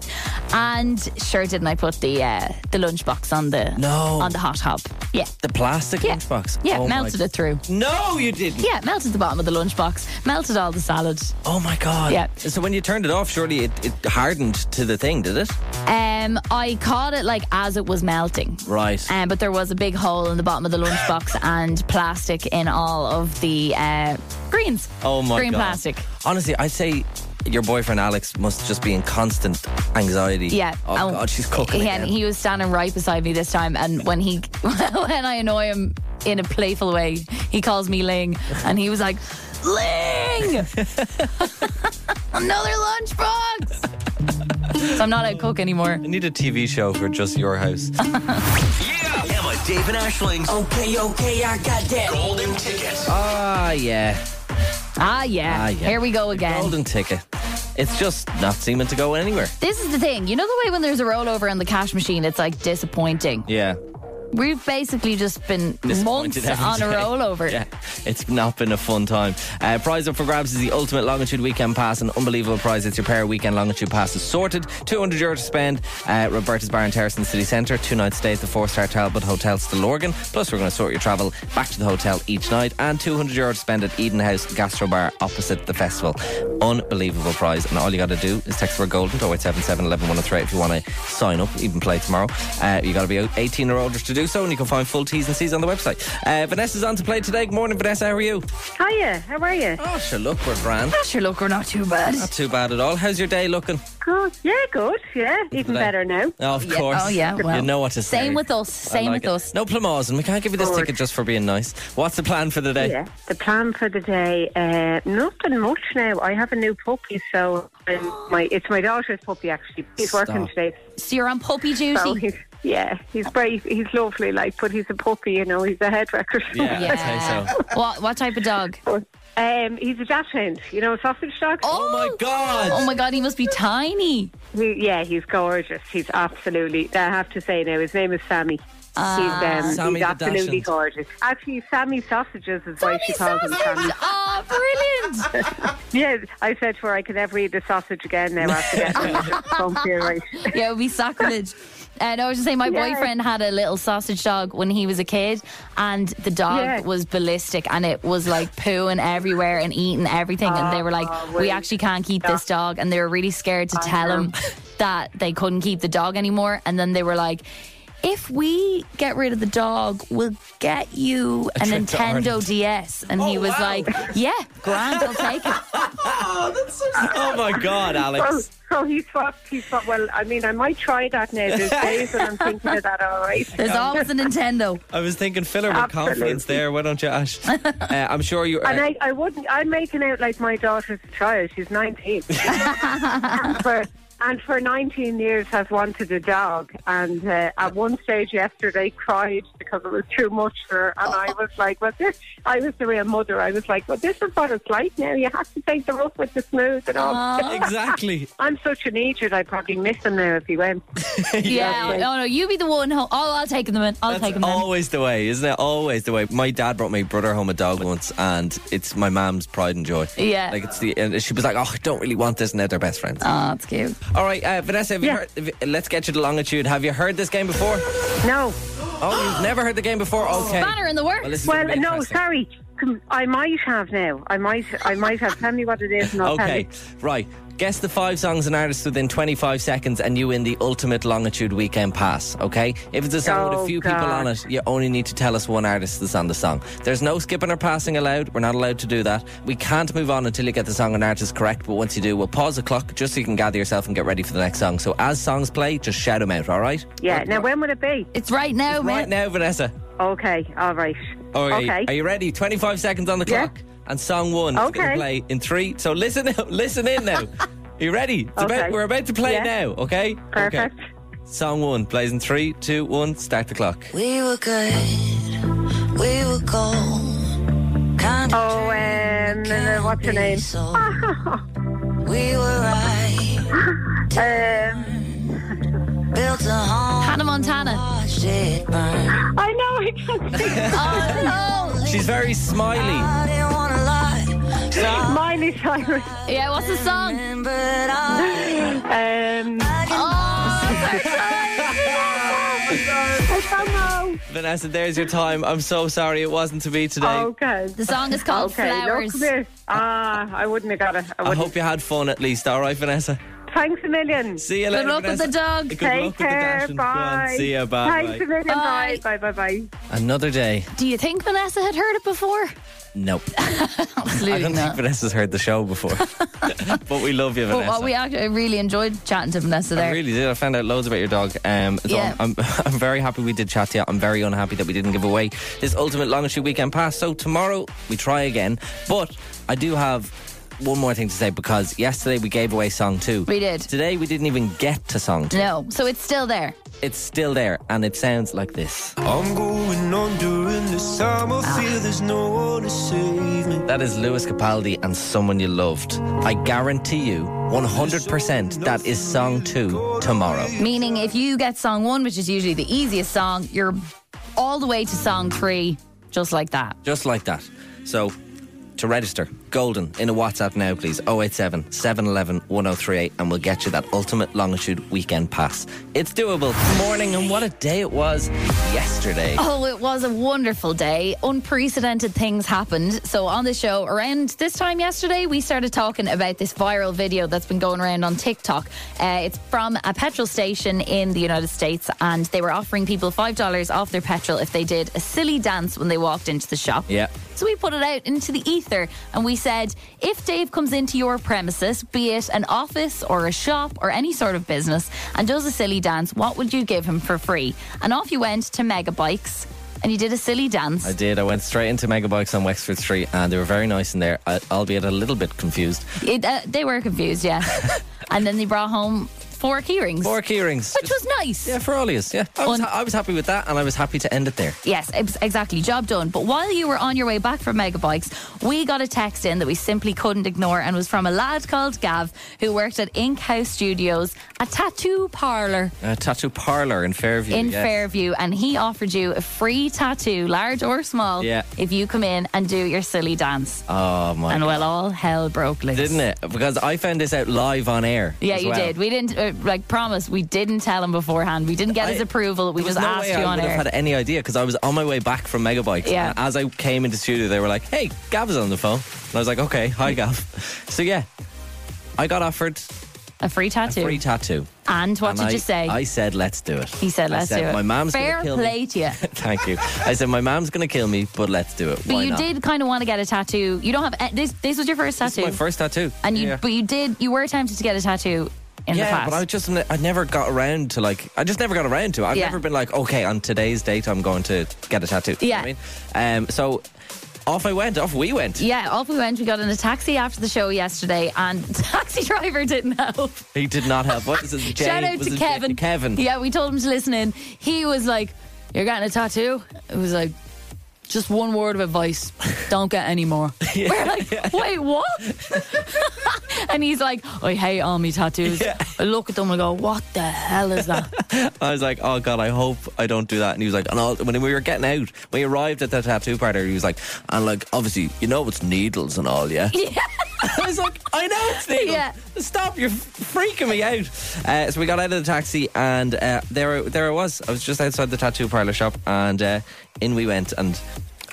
And sure didn't I put the uh, the lunchbox on the
No.
on the hot hob? Yeah.
The plastic
Yeah.
lunchbox.
Yeah,
Oh my-
melted it through.
No, you didn't.
Yeah, melted the bottom of the lunchbox, melted all the salad.
Oh my god.
Yeah.
So when you turned it off, surely it, it hardened to the thing, did it?
Um, I caught it like as it was melting.
Right.
Um, but there was a big hole in the bottom of the lunchbox and plastic in all of the uh, greens.
oh my
Green
god.
plastic.
Honestly, I'd say your boyfriend Alex must just be in constant anxiety.
Yeah.
Oh
and-
god, she's cooking.
Yeah,
again.
and he was standing right beside me this time, and when he when I annoy him in a playful way, he calls me Ling, and he was like, Ling, another lunchbox. so I'm not out cook anymore.
I need a TV show for just your house.
Yeah. Emma, David Ashling's
Okay, okay, I got that.
Golden Ticket.
Ah, yeah.
Ah yeah,
Ah, yeah.
here we go again.
Golden ticket. It's just not seeming to go anywhere.
This is the thing, you know the way when there's a rollover on the cash machine, it's like disappointing.
Yeah.
We've basically just been months
Disappointed every
on a
day.
rollover.
Yeah, it's not been a fun time. Uh, prize up for grabs is the ultimate longitude weekend pass, an unbelievable prize. It's your pair of weekend longitude passes sorted. 200 euro to spend. Uh, Roberta's Bar and Terrace in the city centre. Two night stay at the four star Talbot Hotel Stillorgan. Plus, we're going to sort your travel back to the hotel each night. And 200 euro to spend at Eden House Gastro Bar opposite the festival. Unbelievable prize. And all you got to do is text for golden to 0877 11103 if you want to sign up, even play tomorrow. Uh, you got to be 18 or older to do so, and you can find full T's and C's on the website. Uh, Vanessa's on to play today. Good morning, Vanessa. How are you?
Hiya, how are you?
Oh, sure, look, we're grand.
Sure, look, we're not too bad.
Not too bad at all. How's your day looking?
Good. Yeah, good. Yeah, even
Today?
better now.
Oh, of
Yeah.
course.
Oh, yeah, well.
you know what to say.
Same with us.
I
Same
like it.
with us.
No plumosing. We can't give you this
Good.
ticket just for being nice. What's the plan for the day?
Yeah. The plan for the day, uh, nothing much now. I have a new puppy, so um, my it's my daughter's puppy actually. He's working
Stop.
today,
So you're on puppy duty.
so he's yeah, he's brave. He's lovely, like, but he's a puppy, you know. He's a head wrecker.
Yeah, I'd say so.
What what type of dog?
Um, he's a dachshund, you know, a sausage dog.
Oh my God.
Oh my god, he must be tiny.
He, yeah, he's gorgeous. He's absolutely. I have to say now, his name is Sammy. he's um,
Ah, Sammy
he's
the
absolutely
Dachshund.
gorgeous. Actually, Sammy sausages is why she
Sammy
calls him Sammy.
sausage. Oh, brilliant.
Yeah, I said to her, I can never eat a sausage again now after that. Don't feel right.
Yeah, it would be sacrilege. And I was just saying, my
Yeah.
boyfriend had a little sausage dog when he was a kid, and the dog
Yeah.
was ballistic, and it was like pooing everywhere and eating everything. and they were like,
Oh,
"We
wait.
actually can't keep this dog," and they were really scared to
I
tell
know.
him that they couldn't keep the dog anymore. And then they were like. If we get rid of the dog, we'll get you a
trip to
Oh,
Nintendo DS. And he was like, Yeah, grand, I'll take it.
Oh my God,
So,
Alex.
so he swapped. He swapped. Well, I mean, I might try that now these days, and I'm thinking of that. All right.
There's always a Nintendo.
I was thinking filler with
Absolutely.
confidence there. Why don't you, Ash? Uh, I'm sure you.
And
uh,
I, I wouldn't. I'm making out like my daughter's a child. She's 19. and, for, and for 19 years has wanted a dog. And uh, at one stage yesterday, cried because it was too much for her. And I was like, "Well, this." I was the real mother. I was like, "Well, this is what it's like now. You have to take the rough with the smooth and all."
exactly.
I'm such an idiot. I'd probably miss him now if he went.
Yeah. Oh no, you be the one. Ho- oh, I'll take them in. I'll take them in.
Always the way, isn't it? Always the way. My dad brought my brother home a dog once, and it's my mom's pride and joy.
Yeah.
like it's the. And she was like, "Oh, I don't really want this," and they're their best
Ah.
friends.
Oh, that's cute.
All right, uh, Vanessa. Have you heard, have- let's get you to longitude. Have you heard this game before?
No.
Oh, you've never heard the game before? Okay.
Banner in the works.
Well, this is
Well,
gonna be
no,
interesting.
sorry. Com- I might have now. I might. I might have. Tell me what it is, and I'll tell
Okay,
you.
right. Guess the five songs and artists within 25 seconds, and you win the ultimate longitude weekend pass. Okay? If it's a song with a
Oh,
few
God.
people on it, you only need to tell us one artist that's on the song. There's no skipping or passing allowed. We're not allowed to do that. We can't move on until you get the song and artist correct. But once you do, we'll pause the clock just so you can gather yourself and get ready for the next song. So as songs play, just shout them out. All right?
Yeah. Now, when would it be?
It's right now, man.
Right now, Vanessa.
Okay. All right.
All right.
Okay.
Are you ready? 25 seconds on the
Yeah.
clock. And song one is going to
Okay.
play in three. So listen listen in now. Are you ready? It's
Okay.
about, we're about to play
Yeah.
now, okay?
Perfect.
Okay. Song one plays in three, two, one, start the clock.
We were good. We were gold. Kind of
Oh, um, uh, what's her name?
so. we were right.
Um,
Built a home.
Hannah Montana.
Watched it burn.
I know. I can't think.
Oh
She's very smiley.
I didn't want to lie. So I
Miley Cyrus.
no. Yeah, what's the song?
remembered I.
Um,
Oh,
I
Vanessa, there's your time. I'm so sorry it wasn't to be today.
don't know. Okay.
the song is called
Okay. Look,
Flowers.
come here. Ah, I wouldn't have got it. I
I
wouldn't.
hope you had fun at least. All right, Vanessa.
Thanks a million.
See you
Good
later.
luck with the
Vanessa.
dog.
Good luck
Take
with the
care.
dashing. Go on,
Bye.
See you. Bye.
Thanks a
bye.
million.
Bye.
Bye. Bye. Bye. Bye.
Another day.
Do you think Vanessa had heard it before?
Nope. I
Absolutely
don't think
not.
Vanessa's heard the show before. but we love you,
But
Vanessa.
well, we actually I really enjoyed chatting to Vanessa
I
there.
really did. I found out loads about your dog. Um, so
Yeah.
I'm, I'm, I'm very happy we did chat to you. I'm very unhappy that we didn't give away this ultimate longitude weekend pass. So tomorrow we try again. But I do have one more thing to say because yesterday we gave away song two.
We did.
Today we didn't even get to song two.
no, so it's still there.
It's still there and it sounds like this.
I'm going on during this time. I feel there's no one to save me.
That is Lewis Capaldi and Someone You Loved. I guarantee you 100% that is song two tomorrow.
Meaning, if you get song one, which is usually the easiest song, you're all the way to song three, just like that.
Just like that. So to register, Golden, in a WhatsApp now, please 087 711 1038, and we'll get you that ultimate longitude weekend pass. It's doable. Morning, and what a day it was yesterday.
Oh, it was a wonderful day. Unprecedented things happened. So, on the show, around this time yesterday, we started talking about this viral video that's been going around on TikTok. Uh, it's from a petrol station in the United States, and they were offering people $5 off their petrol if they did a silly dance when they walked into the shop.
Yeah.
So we put it out into the ether and we said if Dave comes into your premises, be it an office or a shop or any sort of business, and does a silly dance, what would you give him for free? And off you went to Mega Bikes and you did a silly dance.
I did. I went straight into Megabikes on Wexford Street, and they were very nice in there, uh, albeit a little bit confused.
It, uh, they were confused, yeah. and then they brought home four key rings,
Four key rings.
which was nice.
yeah, for all of us. Yeah, I was,
Un-
I was happy with that, and I was happy to end it there.
Yes, ex- exactly. Job done. But while you were on your way back from Megabikes, we got a text in that we simply couldn't ignore and was from a lad called Gav who worked at Ink House Studios, a tattoo parlour
A tattoo parlor in Fairview.
in
Oh, yes.
Fairview, and he offered you a free tattoo, large or small,
Yeah.
if you come in and do your silly dance.
Oh my!
and well, all hell broke loose.
Didn't it? Because I found this out live on air.
Yeah,
as
you
well.
did. We didn't, uh, like, promise, we didn't tell him beforehand. We didn't get his
I-
approval. We
There was
just
no
asked
way
you
I
on
would
air.
have had any idea because I was on my way back from Megabikes.
Yeah.
And as I came into studio, they were like, "Hey, Gav is on the phone," and I was like,
Mm.
"Okay, hi, Gav." So yeah, I got offered
a free tattoo.
free tattoo.
And what
And
did
I,
you say?
I said, let's do it.
he said,
I
let's
said,
do it.
My mom's going
Fair
to kill
play
me.
to you.
Thank you. I said, my mom's going to kill me, but let's do it.
But
Why
you
not?
did kind of want to get a tattoo. You don't have eh, this. This was your first
This is
tattoo,
my first tattoo.
and you.
Yeah.
But you did. You were tempted to get a tattoo in the
yeah,
past.
but I just I never got around to like I just never got around to it. I've
Yeah.
never been like, okay, on today's date I'm going to get a tattoo. You know
Yeah.
what I mean, um, so off I went, off we went.
yeah, off we went. We got in a taxi after the show yesterday, and the taxi driver didn't help.
He did not have what is it? Jay,
Shout out
was
to
it
Kevin.
Jay- Kevin.
Yeah, we told him to listen in. He was like, "You're getting a tattoo." It was like, just one word of advice: don't get any more. We're like, wait, what? and he's like, "Oh, I hate army tattoos. I look at them and go, what the hell is that?
I was like, oh god, I hope I don't do that. And he was like, and all, when we were getting out, when he arrived at the tattoo parlor, he was like, and like obviously you know it's needles and all, yeah.
yeah.
I was like, I know it's needles.
Yeah.
Stop! You're f- freaking me out. Uh, so we got out of the taxi, and uh, there, there I was. I was just outside the tattoo parlor shop, and uh, in we went, and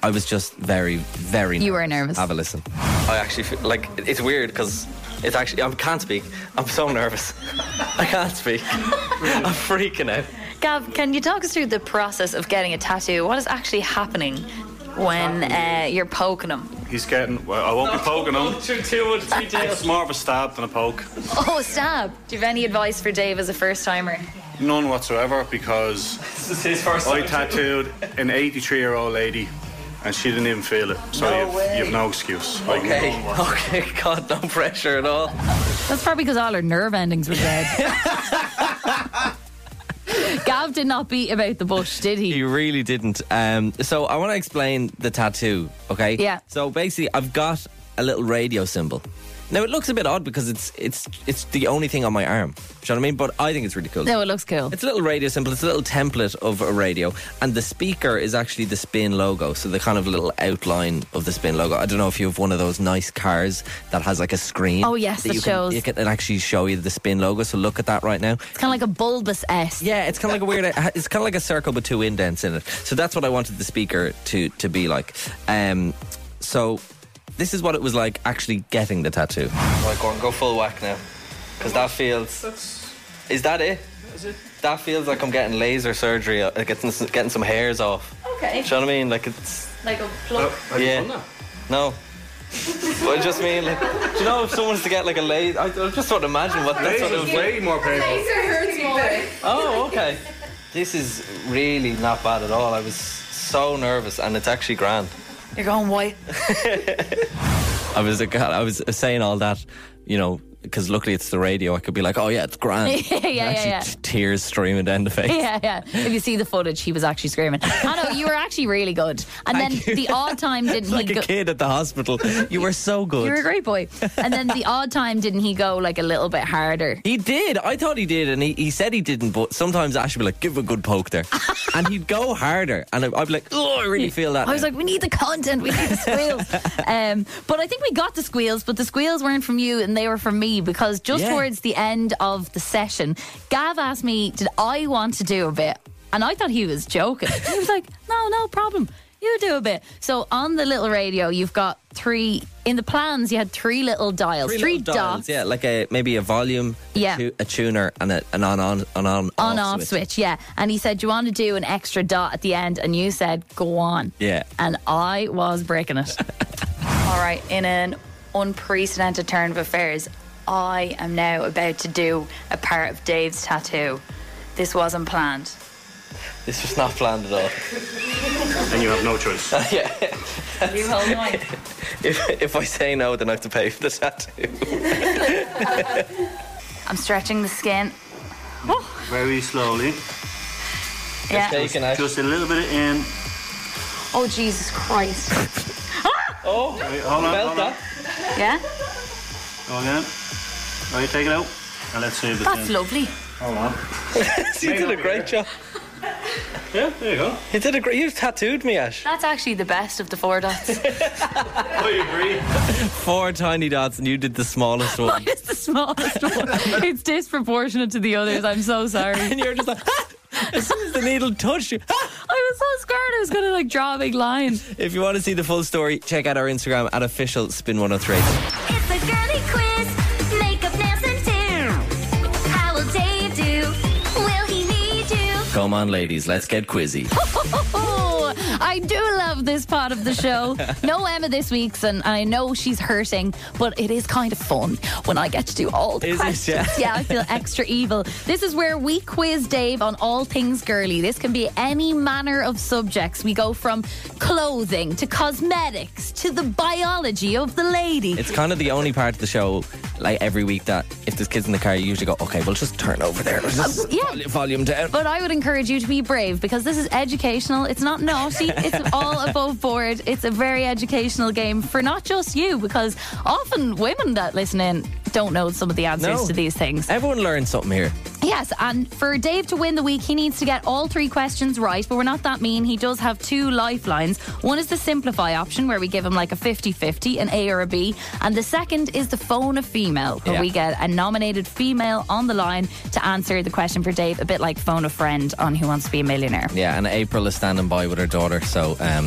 I was just very, very.
You were nervous.
Have a listen. I actually feel like it's weird because it's actually I can't speak. I'm so nervous. I can't speak. I'm freaking out.
Gav, can you talk us through the process of getting a tattoo? What is actually happening when uh, you're poking them?
He's getting. Well, I won't be poking him. It's more of a stab than a poke.
Oh, stab! Do you have any advice for Dave as a first timer?
None whatsoever because
This is his first
I tattooed an 83 year old lady and she didn't even feel it. So you've, you've no excuse. I can-
Okay, okay. God, no pressure at all.
That's probably because all her nerve endings were dead. Gav did not beat about the bush, did he?
He really didn't. Um, so I want to explain the tattoo, okay?
Yeah.
So basically, I've got a little radio symbol. Now it looks a bit odd because it's it's it's the only thing on my arm. Do you know what I mean? But I think it's really cool.
No, it looks cool.
It's a little radio symbol. It's a little template of a radio, and the speaker is actually the Spin logo. So the kind of little outline of the Spin logo. I don't know if you have one of those nice cars that has like a screen.
Oh, yes, that
you can-
shows.
you can, it actually show you the Spin logo. So look at that right now.
It's kind of like a bulbous S.
Yeah, it's kind of like a weird. It's kind of like a circle with two indents in it. So that's what I wanted the speaker to to be like. Um, so this is what it was like actually getting the tattoo. Right, Gordon, go full whack now, because that feels. Is that it? Is it? That feels like I'm getting laser surgery, uh, getting s- getting some hairs off.
Okay.
Do you know what I mean? Like it's
Like a plug.
yeah. No. but I just mean like, do you know if someone's to get like a laser? I, I just sort of imagine what that's what it was like.
Way more painful.
Oh, okay. this is really not bad at all. I was so nervous, and it's actually grand.
You're going white.
I was God, I was saying all that, you know, because luckily it's the radio. I could be like, oh yeah, it's grand.
Yeah, yeah,
actually,
yeah.
t- tears streaming down the face.
Yeah, yeah. If you see the footage, he was actually screaming. I know you were actually really good. And then
Thank you.
the odd time didn't
Like
he
a
go?
kid at the hospital. You were so
You're a
good.
great boy. And then the odd time didn't he go like a little bit harder?
He did. I thought he did, and he, he said he didn't. But sometimes Ash would be like, "Give a good poke there," and he'd go harder, and I- I'd be like, "Oh, I really feel that."
I was
now."
like, we need the content, we need the squeals. um, but I think we got the squeals, but the squeals weren't from you and they were from me because just
Yeah.
towards the end of the session, Gav asked me, did I want to do a bit? And I thought he was joking. he was like, no, no problem. You do a bit. So on the little radio, you've got three. In the plans, you had three little dials, three,
little
dots.
dials, yeah, like a maybe a volume, a,
Yeah.
tu- a tuner, and a, an on on on on
on off switch. yeah. And he said, Do you want to do an extra dot at the end? And you said, Go on.
Yeah.
And I was breaking it.
All right, in an unprecedented turn of affairs, I am now about to do a part of Dave's tattoo. This wasn't planned.
This was not planned at all.
And you have no choice.
You hold mine.
If, if I say no, then I have to pay for the tattoo.
I'm stretching the skin.
Very slowly.
Yeah.
Taken out.
Just a little bit of in.
Oh Jesus Christ. Ah!
Oh.
Right, hold on,
Felt
hold on.
that?
Yeah.
Go again. Right, take it out. And let's see if it's
That's
in.
lovely.
Hold on.
You did a great job.
Yeah, there you go.
You did a great. You've tattooed me, Ash.
That's actually the best of the four dots.
I agree.
Four tiny dots, and you did the smallest one.
It's the smallest one. It's disproportionate to the others. I'm so sorry.
and you're just like, "Ah!" as soon as the needle touched you. "Ah!"
I was so scared I was going to like draw a big line.
If you want to see the full story, check out our Instagram at official spin 103.
It's a girly quiz. Makeup dance and do. How will Dave do?
Come on, ladies, let's get quizzy.
Oh, I do love this part of the show. No Emma this week's, and I know she's hurting, but it is kind of fun when I get to do all the
Is it,
questions.
yeah?
yeah, I feel extra evil. This is where we quiz Dave on all things girly. This can be any manner of subjects. We go from clothing to cosmetics to the biology of the lady.
It's kind of the only part of the show, like every week, that if there's kids in the car, you usually go, okay, well, just turn over there. Just
Uh, yeah.
vol- volume down.
But I would encourage you to be brave because this is educational. It's not naughty. It's all above board. It's a very educational game for not just you, because often women that listen in don't know some of the answers
No.
to these things.
Everyone learns something here.
Yes, and for Dave to win the week, he needs to get all three questions right, but we're not that mean. He does have two lifelines. One is the simplify option, where we give him like a 50 50, an A or a B. And the second is the phone a female, where
Yeah.
we get a nominated female on the line to answer the question for Dave, a bit like phone a friend on Who Wants to Be a Millionaire.
Yeah, and April is standing by with her daughter, so um,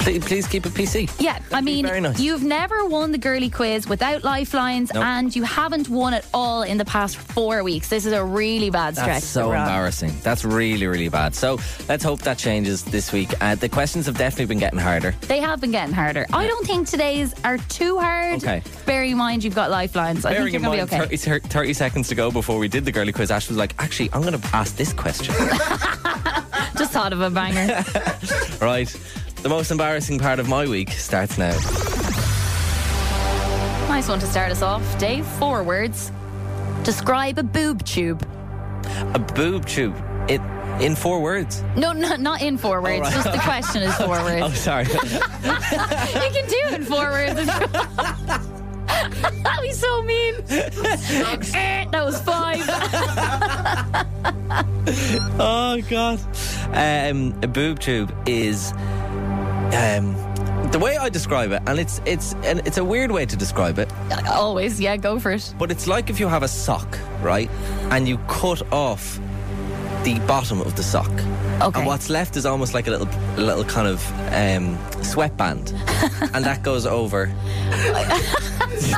please, please keep it PC.
Yeah, I mean,
very nice.
you've never won the girly quiz without lifelines,
Nope.
and you haven't won at all in the past four weeks. This is a really bad stretch.
That's so
that we're on.
embarrassing. That's really, really bad. So let's hope that changes this week. Uh, the questions have definitely been getting harder.
They have been getting harder. I don't think today's are too hard.
Okay.
Bear in mind you've got lifelines. I
Bearing
think
in
you're
mind,
going to be okay.
30, thir- 30 seconds to go before we did the girly quiz, Ash was like, actually, I'm going to ask this question.
Just thought of a banger.
right. The most embarrassing part of my week starts now.
nice one to start us off. Dave, four words. Describe a boob tube.
A boob tube. It in four words.
No, no not in four words.
right.
Just the question is four
Oh,
words.
sorry.
you can do it in four words. That'd be so mean. Eh, that was five.
oh God. Um, a boob tube is um, the way I describe it, and it's it's and it's a weird way to describe it.
Always, yeah, go for it.
But it's like if you have a sock, right? And you cut off the bottom of the sock.
Okay.
And what's left is almost like a little a little kind of um, sweatband. and that goes over.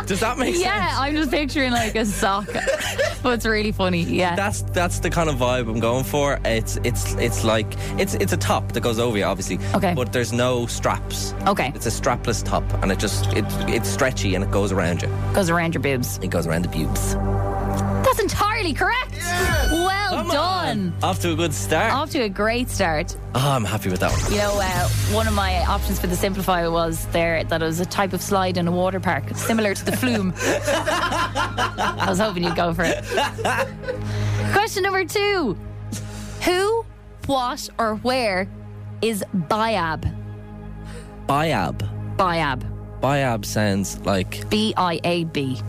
Does that make sense?
Yeah, I'm just picturing like a sock. but it's really funny. Yeah.
That's that's the kind of vibe I'm going for. It's it's it's like it's it's a top that goes over you, obviously.
Okay.
But there's no straps.
Okay.
It's a strapless top, and it just it it's stretchy and it goes around you.
Goes around your boobs.
It goes around the pubes.
That's entirely correct. Well
Come
done.
on. Off to a good start.
Off to a great start.
oh, I'm happy with that one.
You know, uh, one of my options for the simplify was there that it was a type of slide in a water park, similar to the flume. I was hoping you'd go for it. Question number two: Who, what, or where is Biab?
Biab.
Biab.
Biab sounds like
B I A B.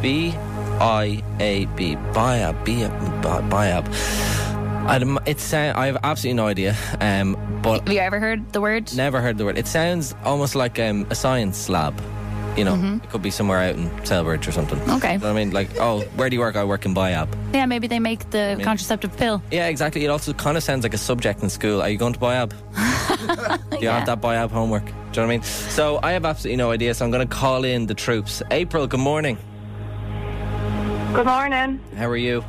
B I A B. Biab. B- Bi- Biab. I'd, im- it sound, I have absolutely no idea, um, but
Have you ever heard the word?
never heard the word. It sounds almost like um, a science lab. You know, it could be somewhere out in Selbridge or something.
Okay.
You know what I mean, like, oh, where do you work? I work in Biab.
Yeah, maybe they make the contraceptive pill.
Yeah, exactly. It also kind of sounds like a subject in school. Are you going to Biab? Do you have that Biab homework? Do you know what I mean? So I have absolutely no idea, so I'm going to call in the troops. April, good morning.
Good morning.
How are you?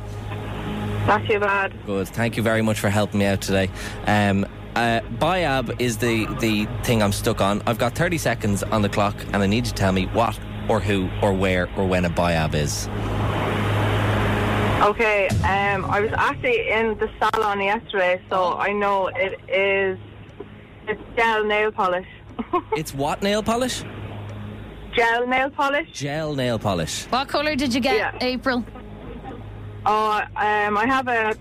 Not too bad.
Good. Thank you very much for helping me out today. Um, uh, Biab is the, the thing I'm stuck on. I've got 30 seconds on the clock, and I need you to tell me what or who or where or when a Biab is.
Okay, um, I was actually in the salon yesterday, so I know it is. It's gel nail polish.
It's what nail polish?
gel nail polish.
Gel nail polish.
What color did you get,
Yeah.
April?
Oh, um, I have a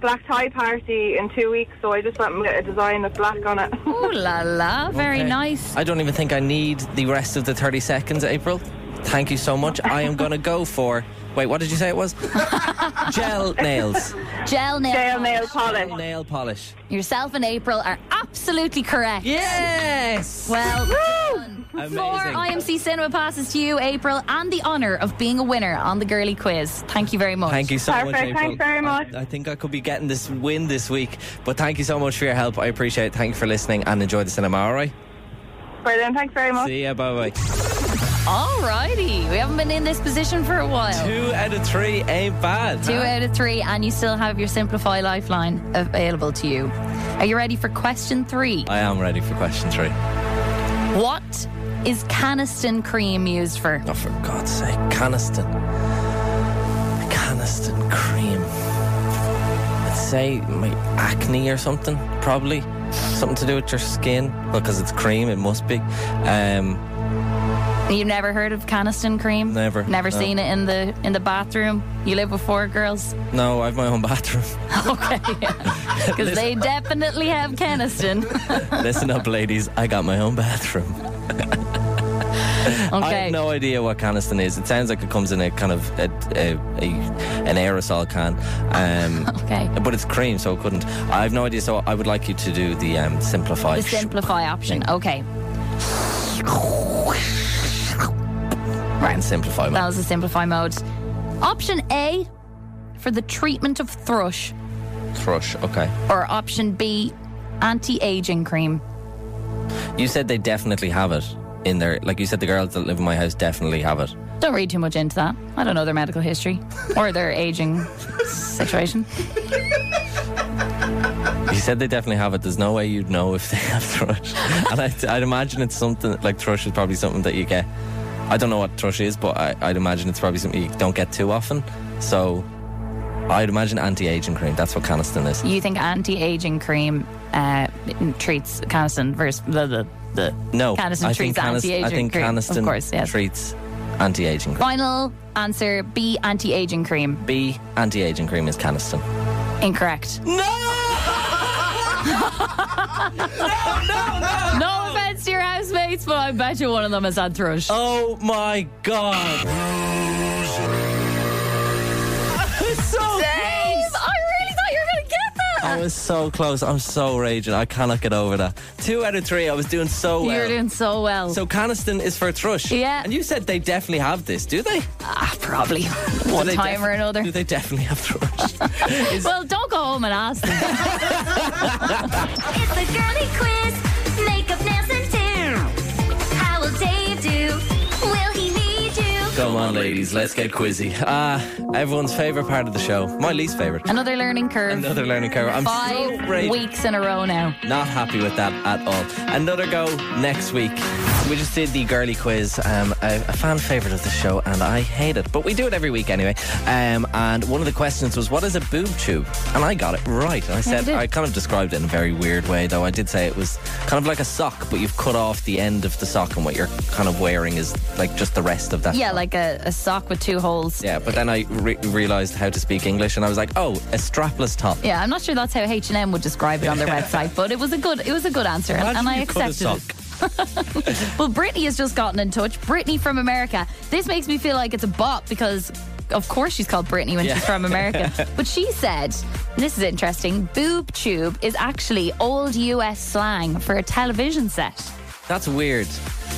black tie party in two weeks, so I just went and got a design with black on it.
Ooh la la, very
Okay.
nice.
I don't even think I need the rest of the 30 seconds, April. Thank you so much. I am going to go for. Wait, what did you say it was? Gel nails.
Gel nail.
gel nail
Gel
polish.
nail polish.
Yourself and April are absolutely correct.
Yes!
Well done.
Amazing.
Four IMC Cinema passes to you, April, and the honour of being a winner on the girly quiz. Thank you very much.
Thank you so much,
Perfect.
April.
Thanks very much.
I, I think I could be getting this win this week, but thank you so much for your help. I appreciate it. Thank you for listening and enjoy the cinema, all right?
Oh. Brilliant. Thanks very much.
See ya, bye bye.
Alrighty, we haven't been in this position for a while.
Two out of three ain't bad.
Two
huh?
out of three, and you still have your Simplify Lifeline available to you. Are you ready for question three?
I am ready for question three.
What is Caniston cream used for?
Oh, for God's sake, Caniston. Caniston cream. I'd say my acne or something, probably. Something to do with your skin. Well, because it's cream, it must be. Um,
You've never heard of Caniston cream?
Never,
Never
no.
seen it in the in the bathroom. You live with four girls,
no, I have my own bathroom.
okay? Because they definitely have Caniston.
Listen up, ladies. I got my own bathroom. I
Okay.
have no idea what caniston is. It sounds like it comes in a kind of a, a, a, an aerosol can. Um,
Okay.
But it's cream, so it couldn't. I have no idea. So I would like you to do the um, simplify.
The simplify option. Okay,
right. and simplify.
that
one.
was the simplify mode. Option A for the treatment of thrush,
Thrush. Okay.
or option B, anti-aging cream.
You said they definitely have it in there. Like you said, the girls that live in my house definitely have it.
Don't read too much into that. I don't know their medical history or their aging situation.
You said they definitely have it. There's no way you'd know if they have thrush. and I'd, I'd imagine it's something like thrush is probably something that you get. I don't know what thrush is, but I, I'd imagine it's probably something you don't get too often. So I'd imagine anti-aging cream. That's what Caniston is.
You think anti-aging cream uh, treats Caniston versus the the, the
No,
Caniston
I
treats
think Canis-
anti-aging
I think
cream.
Caniston
of course, yes.
treats anti-aging cream.
Final answer: B. Anti-aging cream.
B anti-aging cream is Caniston.
Incorrect. No. No offense to your housemates, but I bet you one of them has had thrush.
Oh my god!
Dave, I really thought you were going to get that.
I was so close. I'm so raging. I cannot get over that. Two out of three. I was doing so well.
You're doing so well.
So Caniston is for thrush.
Yeah.
And you said they definitely have this, do they?
ah, probably
One
time or another.
Do they definitely have thrush?
Well, don't go home and ask them.
It's the girly quiz. Makeup, nails, and do. How will Dave do? Will he need you?
Come on, ladies, let's get quizzy. Ah, everyone's favorite part of the show. My least favorite.
Another learning curve.
Another learning curve. I'm
Five
so raging.
weeks in a row now.
Not happy with that at all. Another go next week. We just did the girly quiz, um, a, a fan favourite of the show, and I hate it, but we do it every week anyway. Um, and one of the questions was, "What is a boob tube?" And I got it right. And I said,
did.
I kind of described it in a very weird way, though. I did say it was kind of like a sock, but you've cut off the end of the sock, and what you're kind of wearing is like just the rest of that.
Yeah,
sock.
like a, a sock with two holes. Yeah.
yeah. But then I re- realised how to speak English, and I was like, "Oh, a strapless top."
I'm not sure that's how H and M would describe it on their website, but it was a good it was a good answer, and,
Imagine
and I
you cut a
accepted it.
sock.
Well, Brittany has just gotten in touch. Brittany from America. This makes me feel like it's a bot because, of course, she's called Brittany when she's from America. but she said, "This is interesting. Boob tube is actually old U.S. slang for a television set.
That's weird.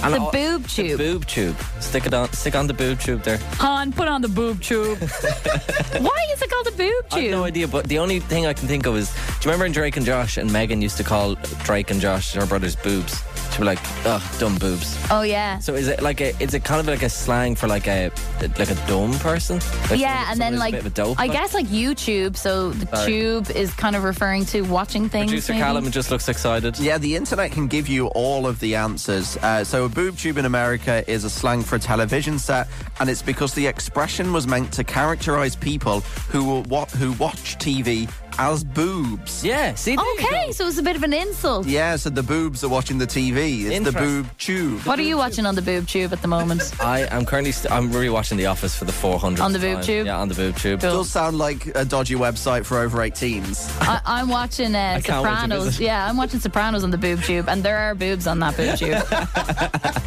And
The
all-
boob
The
tube.
boob tube. Stick it on. Stick on the boob tube there.
Han, put on the boob tube. Why is it called a boob
I have
tube?
no idea, but the only thing I can think of is, do you remember in Drake and Josh and Megan used to call Drake and Josh her brothers boobs? She was like, ugh, dumb boobs.
oh yeah.
So is it like a? Is it kind of like a slang for like a like a dumb person? Like
yeah,
someone-
and
someone
then
who's
like
a bit of a dope.
I
like?
guess like YouTube, so the
Sorry.
tube is kind of referring to watching things.
Producer
maybe.
Callum just looks excited.
Yeah, the internet can give you all of the answers. Uh, so, a boob tube in America is a slang for a television set, and it's because the expression was meant to characterize people who will wa- who watch TV as boobs.
Yeah. See. there you
Okay,
go.
so it's a bit of an insult.
Yeah, so the boobs are watching the TV. It's the
Interest-
boob tube.
What are you watching on the boob tube at the moment?
I am currently st- I'm rewatching The Office for the 400th
On the boob
time.
tube?
Yeah, on the boob tube.
does sound like a dodgy website for over 18s.
I, I'm watching uh,
can't wait to
Sopranos.
visit.
Yeah, I'm watching Sopranos on the boob tube, and there are boobs on that boob tube.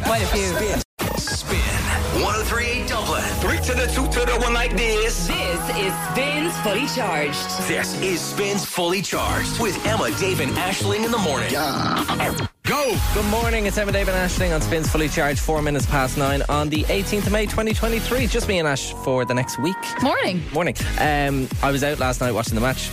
Quite a few.
Spin 1038 Dublin. Three to the two to the one like this.
This is Spins Fully Charged.
This is Spins Fully Charged with Emma, Dave, and Ashling in the morning. Go!
Good morning, it's Emma David Ashling on Spins Fully Charged, four minutes past nine on the 18th of May 2023. Just me and Ash for the next week.
Morning.
Morning. Um, I was out last night watching the match.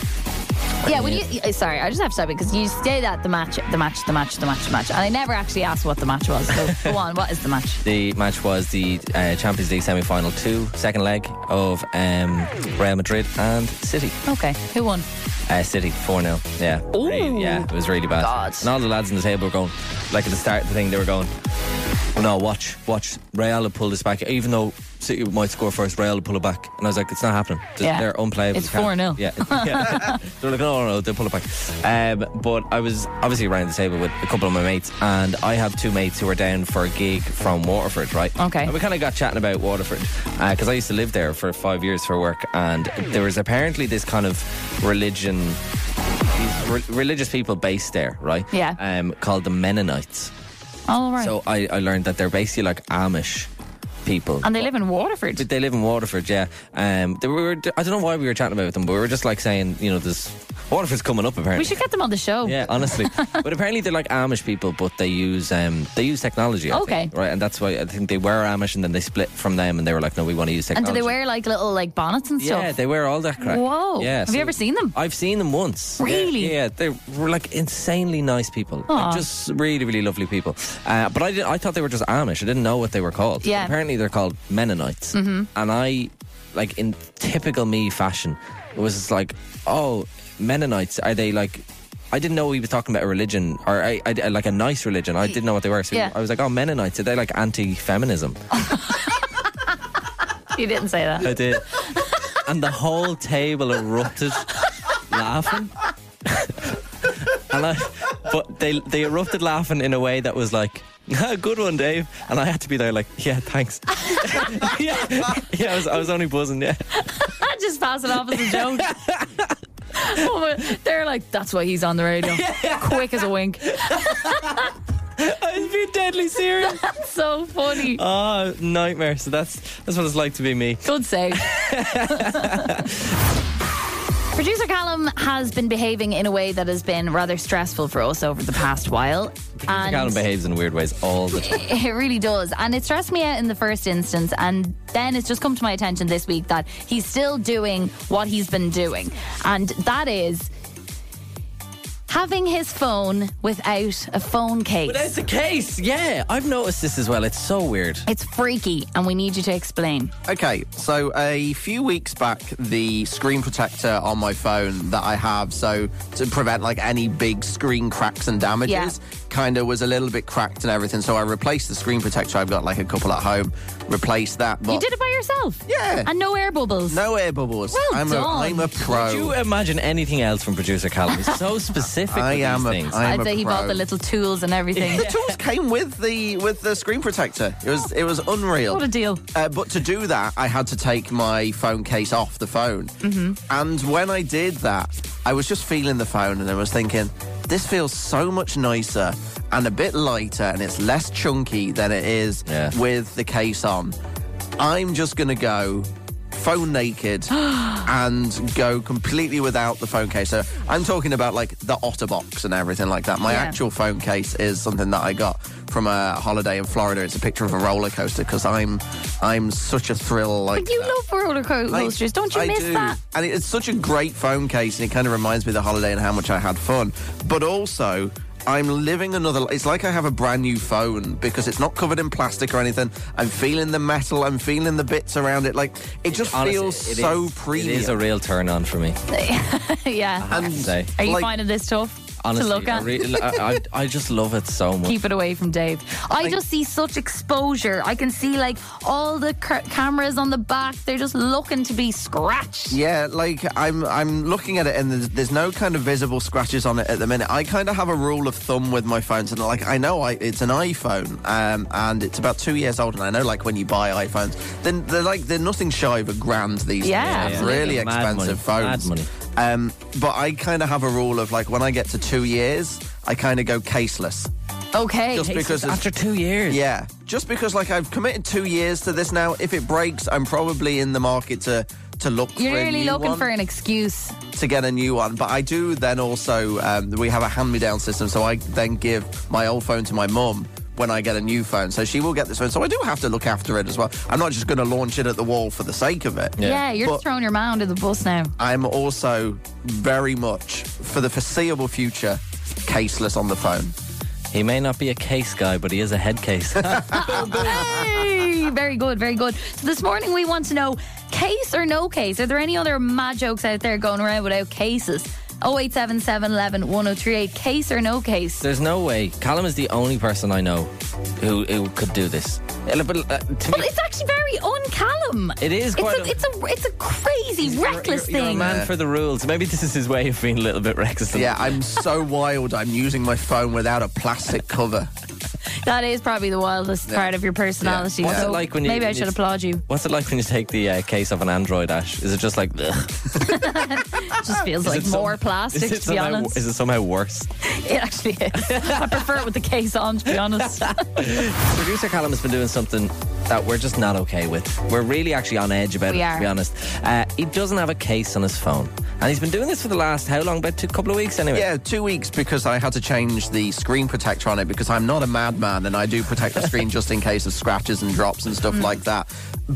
Yeah, when you uh, sorry, I just have to stop it because you say that the match, the match, the match, the match, the match, and I never actually asked what the match was. So go on, what is the match?
The match was the uh, Champions League semi final two, second leg of um, Real Madrid and City.
Okay, who won?
Uh, City, 4 0. Yeah. Really- yeah, it was really bad.
God.
And all the lads on the table were going, like at the start of the thing, they were going, no, watch, watch. Real will pull this back. Even though City might score first, Real will pull it back. And I was like, it's not happening. Just-
Yeah.
They're unplayable.
It's
You can't-
4-0.
Yeah. yeah. They're like, "Oh, no, no, no, they'll pull it back. Um, but I was obviously around the table with a couple of my mates, and I have two mates who are down for a gig from Waterford, right?
Okay.
And we kind of got chatting about Waterford because I used to live there for five years for work, and there was apparently this kind of religion, these re- religious people based there, right?
Yeah.
Um, called the Mennonites.
All right,
So I, I learned that they're basically like Amish people.
and they live in Waterford.
But they live in Waterford, yeah. Um, they were, I don't know why we were chatting about them, but we were just like saying, you know, this Waterford's coming up apparently.
We should get them on the show.
Yeah, honestly. but apparently they're like Amish people, but they use um, they use technology. I think,
Okay.
right, and that's why I think they were Amish, and then they split from them, and they were like, no, we want to use
and
technology.
do they wear like little like bonnets and
oh, Yeah,
stuff?
they wear all that crap.
Whoa.
Yeah.
Have
so-
you ever seen them?
I've seen them once.
Really?
Yeah, yeah, they were like insanely nice people.
Aw.
Like just really, really lovely people. Uh, but I, did, I thought they were just Amish. I didn't know what they were called.
Yeah.
Apparently they're called Mennonites.
Mhm.
And I, like in typical me fashion, it was just like, oh, Mennonites, are they like. I didn't know he was talking about a religion or I, I- like a nice religion. I didn't know what they were. So
Yeah.
I was like, oh, Mennonites, are they like anti feminism?
You didn't say that.
I did. and the whole table erupted laughing. and I, but they they erupted laughing in a way that was like, good one, Dave. And I had to be there, like, yeah, thanks. yeah, yeah, I was, I was only buzzing. Yeah,
I just pass it off as a joke. Oh, but they're like, that's why he's on the radio. Quick as a wink.
I was being deadly serious.
That's so funny.
oh, nightmare. So that's that's what it's like to be me.
Good save. Producer Callum has been behaving in a way that has been rather stressful for us over the past while. And
Callum behaves in weird ways all the time.
it really does. And it stressed me out in the first instance. And then it's just come to my attention this week that he's still doing what he's been doing. And that is having his phone without a phone case.
That's the case. Yeah, I've noticed this as well. It's so weird.
It's freaky, and we need you to explain.
Okay, so a few weeks back, the screen protector on my phone that I have, so to prevent like any big screen cracks and damages,
Yeah.
kind of was a little bit cracked and everything. So I replaced the screen protector. I've got like a couple at home. Replaced that, but
You did it by yourself.
Yeah.
And no air bubbles.
no air bubbles.
Well
I'm
done.
a I'm a pro.
Could you imagine anything else from producer Callum? He's so specific.
I
with
am
these
a-
things.
I- I'm
I'd say he
pro.
bought the little tools and everything.
the tools came with the with the screen protector. It was it was unreal.
What a deal.
Uh, but to do that, I had to take my phone case off the phone. Mm-hmm. And when I did that, I was just feeling the phone and I was thinking, this feels so much nicer and a bit lighter and it's less chunky than it is
Yeah.
with the case on. I'm just going to go phone naked and go completely without the phone case. So I'm talking about like the Otterbox and everything like that. My
Yeah.
actual phone case is something that I got from a holiday in Florida. It's a picture of a roller coaster because I'm I'm such a thrill like
But you
that.
love roller co-
I-
coasters. Don't you
I
miss
do.
that?
And it- it's such a great phone case, and it kind of reminds me of the holiday and how much I had fun. But also, I'm living another. It's like I have a brand new phone because it's not covered in plastic or anything. I'm feeling the metal. I'm feeling the bits around it. Like it just
Honestly,
feels
it
so
is-
premium.
It is a real turn on for me.
yeah.
and
say.
Are you
like,
finding this tough
Honestly,
to look
I
at?
re- I, I, I just love it so much.
Keep it away from Dave. I just see such exposure. I can see like all the ca- cameras on the back. They're just looking to be scratched.
Yeah, like I'm I'm looking at it and there's, there's no kind of visible scratches on it at the minute. I kind of have a rule of thumb with my phones and like I know I, it's an iPhone um, and it's about two years old and I know like when you buy iPhones then they're like they're nothing shy of a grand these
Yeah,
days. They're
absolutely.
Really
Mad
expensive
money, mad
phones.
money.
Um, but I kind of have a rule of like when I get to two years, I kind of go caseless.
Okay.
Just because it's-
after two years,
Yeah, just because like I've committed two years to this now. If it breaks, I'm probably in the market to to look.
You're
for a
really
new
looking
one
for an excuse.
to get a new one. But I do then also um, we have a hand me down system, so I then give my old phone to my mum. when I get a new phone. So she will get this phone. So I do have to look after it as well. I'm not just going to launch it at the wall for the sake of it.
Yeah, you're
But
just throwing your man under the bus now.
I'm also very much, for the foreseeable future, caseless on the phone.
He may not be a case guy, but he is a head case.
Hey, very good, very good. So this morning we want to know case or no case. Are there any other mad jokes out there going around without cases? Oh, 0877 11 1038, case or no case?
There's no way. Callum is the only person I know who, who could do this. Uh, But, uh, to
Well,
be-
it's actually very uncallum.
It is quite
It's a, it's a, it's a crazy, reckless
you're a
thing.
man for the rules. Maybe this is his way of being a little bit reckless.
Yeah, I'm so wild. I'm using my phone without a plastic cover.
That is probably the wildest part of your personality.
What's
so
it like when you-
maybe I
when you-
should applaud you.
What's it like when you take the uh, case of an Android, Ash? Is it just like, ugh?
It just feels
Is
like
it some-
more plastic,
Is it
to be
somehow-
honest.
Is it somehow worse?
It actually is. I prefer it with the case on, to be honest.
Producer Callum has been doing something that we're just not okay with. We're really actually on edge about
We
it,
are.
to be honest. Uh, he doesn't have a case on his phone. And he's been doing this for the last how long? About two couple of weeks anyway.
Yeah, two weeks because I had to change the screen protector on it because I'm not a madman and I do protect the screen just in case of scratches and drops and stuff like that.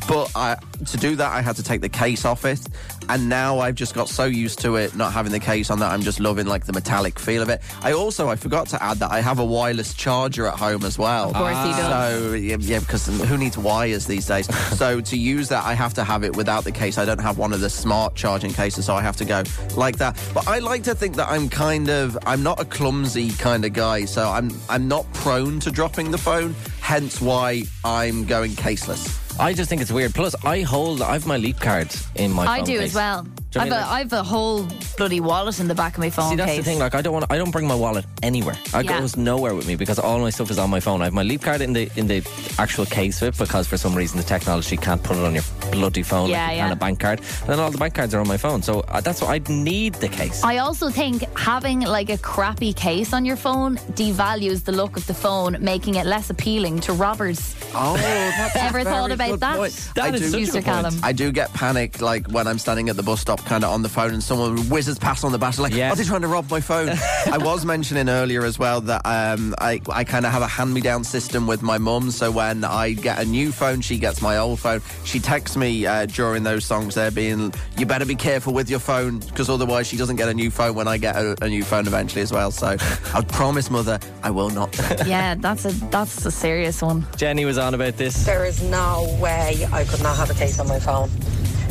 But I, to do that, I had to take the case off it, and now I've just got so used to it not having the case on that. I'm just loving like the metallic feel of it. I also I forgot to add that I have a wireless charger at home as well. Of
course he does.
So yeah, yeah, because who needs wires these days? so to use that, I have to have it without the case. I don't have one of the smart charging cases, so I have to go like that. But I like to think that I'm kind of I'm not a clumsy kind of guy, so I'm I'm not prone to dropping the phone. Hence why I'm going caseless.
I just think it's weird. Plus, I hold, I have my leap card in my
I
phone
do
case.
as well.
Do you know what I
I've,
mean?
a, I've a whole bloody wallet in the back of my phone
See, that's
case.
the thing. Like, I don't want. I don't bring my wallet anywhere. I
Yeah.
goes nowhere with me because all my stuff is on my phone. I have my leap card in the in the actual case of it because for some reason the technology can't put it on your bloody phone. like
Yeah,
you
yeah.
Can a bank card, and then all the bank cards are on my phone. So uh, that's why I need the case.
I also think having like a crappy case on your phone devalues the look of the phone, making it less appealing to robbers.
Oh, that's
Ever thought about that?
I
That is
do-
such a
Mr.
good
Callum.
point.
I do get panic like when I'm standing at the bus stop, kind of on the phone, and someone whizzes past on the bus, like,
Yeah.
"Are they trying to rob my phone?" I was mentioning earlier as well that um, I I kind of have a hand me down system with my mum. So when I get a new phone, she gets my old phone. She texts me uh, during those songs, there being, "You better be careful with your phone, because otherwise she doesn't get a new phone when I get a, a new phone eventually as well." So I promise, mother, I will not.
yeah, that's a that's a serious one.
Jenny was on about this.
There is no way I could not have a case on my phone.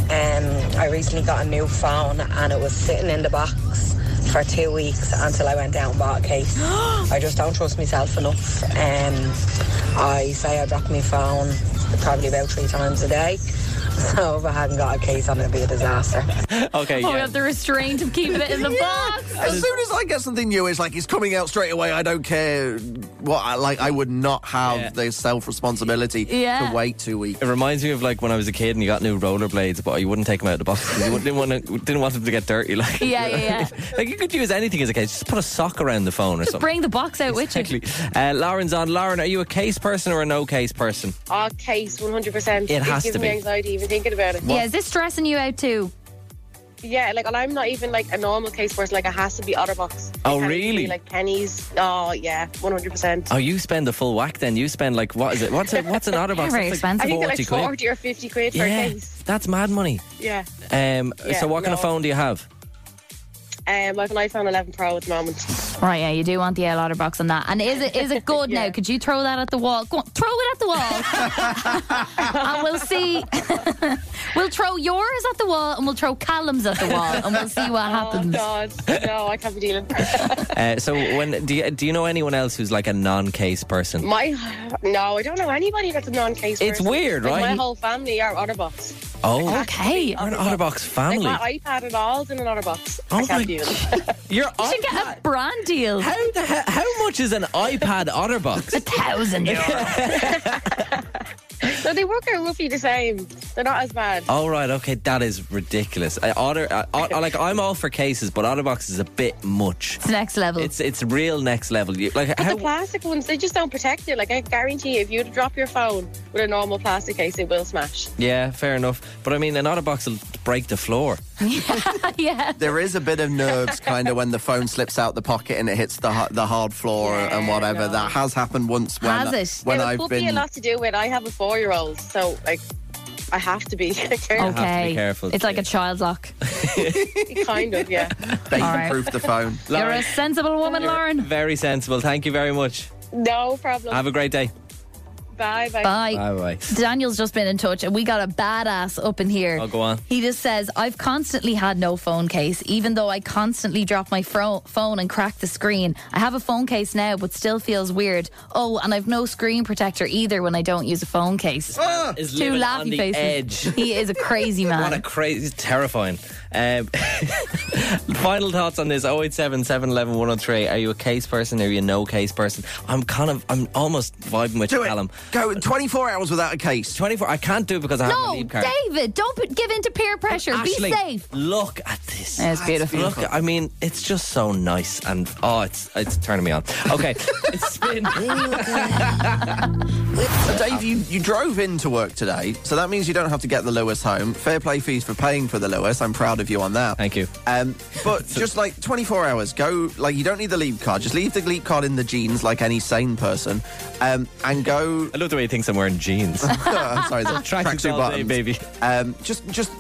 Um, I recently got a new phone and it was sitting in the box for two weeks until I went down and bought a case. I just don't trust myself enough. Um, I say I drop my phone probably about three times a day. So if I hadn't got a case on it, it'd be a disaster.
Okay,
Oh, we
yeah.
have the restraint of keeping it in the box.
As soon as I get something new, it's like it's coming out straight away. I don't care what. I, like I would not have
Yeah.
the self responsibility
Yeah.
to wait two weeks.
It reminds me of like when I was a kid and you got new rollerblades, but you wouldn't take them out of the box. 'cause You didn't want to, didn't want them to get dirty. Like
Yeah, yeah, yeah.
like you could use anything as a case. Just put a sock around the phone or
Just
something.
bring the box out with you.
Exactly. Uh, Lauren's on. Lauren, are you a case person or a no case person?
Oh, case 100%.
It has
gives
to
me
be.
anxiety even thinking about it.
Yeah, is this stressing you out too?
Yeah, like, and I'm not even like a normal case person. Like, it has to be Otterbox. It
Oh,
can't even
really?
be, like pennies. Oh, yeah, 100%.
Oh, you spend the full whack then. You spend like what is it? What's a, what's an Otterbox?
Yeah, very
That's like
I
expensive.
think they're like
40 quid.
40 or 50 quid for
Yeah,
a case.
that's mad money.
Yeah.
Um,
Yeah,
so what kind of
no.
phone do you have?
Um, I have an iPhone 11 Pro at the moment.
Right, yeah, you do want the L otter box on that. And is it is it good now? Could you throw that at the wall? Go on, throw it at the wall. and we'll see. we'll throw yours at the wall and we'll throw Callum's at the wall and we'll see what happens.
Oh, God. No, I can't be dealing.
Uh, so when do you, do you know anyone else who's like a non-case person?
My, no, I don't know anybody that's a non-case
It's
person.
weird,
Like,
right?
My whole family are Otterbox.
oh,
Okay.
we're an Otterbox family.
Like, my iPad and all's in an Otterbox.
Oh,
I
my
can't deal.
You're on.
You get a brand deal.
How the he- how much is an iPad Otterbox?
Thousand euro.
No, they work out roughly the same. They're not as bad.
All right, okay, that is ridiculous. Uh, Otter, uh, Ot- like I'm all for cases, but Otterbox is a bit much.
It's next level.
It's it's real next level. You, like
But
how,
the plastic ones, they just don't protect it. Like I guarantee, you, if you drop your phone with a normal plastic case, it will smash.
Yeah, fair enough. But I mean, an Otterbox will break the floor.
yeah.
There is a bit of nerves, kind of, when the phone slips out the pocket and it hits the ha- the hard floor and whatever. That has happened once when
Has it?
when
there
I've
could
been.
be a lot to do with. I have a four-year-old, so like, I have to be careful.
have to be Okay. careful.
It's like a child lock.
kind of, yeah.
They can proof the phone.
You're a sensible woman,
You're
Lauren.
Very sensible. Thank you very much.
No problem.
Have a great day.
Bye, bye.
Bye.
bye.
Daniel's just been in touch and we got a badass up in here.
I'll Oh, go on.
He just says, I've constantly had no phone case, even though I constantly drop my fro- phone and crack the screen. I have a phone case now, but still feels weird. Oh, and I've no screen protector either when I don't use a phone case.
man is
Two
living
laughy
on the
faces.
edge.
He is a crazy
What a
man.
crazy, terrifying. Um, final thoughts on this 087 711 103. Are you a case person? Are you a no case person? I'm kind of, I'm almost vibing with
Do it.
Callum.
Go 24 hours without a case.
24. I can't do it because I have my
No,
lead card.
David, don't put, give in to peer pressure.
Ashley,
Be safe.
Look at this.
That's beautiful.
Look, I mean, it's just so nice, and oh, it's it's turning me on. Okay, it's been.
So Dave, you, you drove in to work today, so that means you don't have to get the Lewis home. Fair play fees for paying for the Lewis. I'm proud of you on that. Thank
you.
Um, but just like 24 hours, go, like, you don't need the leap card. Just leave the leap card in the jeans like any sane person um, and go.
I love the way he thinks I'm wearing jeans.
Sorry, the
Tracksuits
tracksuit
all day,
bottoms.
baby.
Um, just, just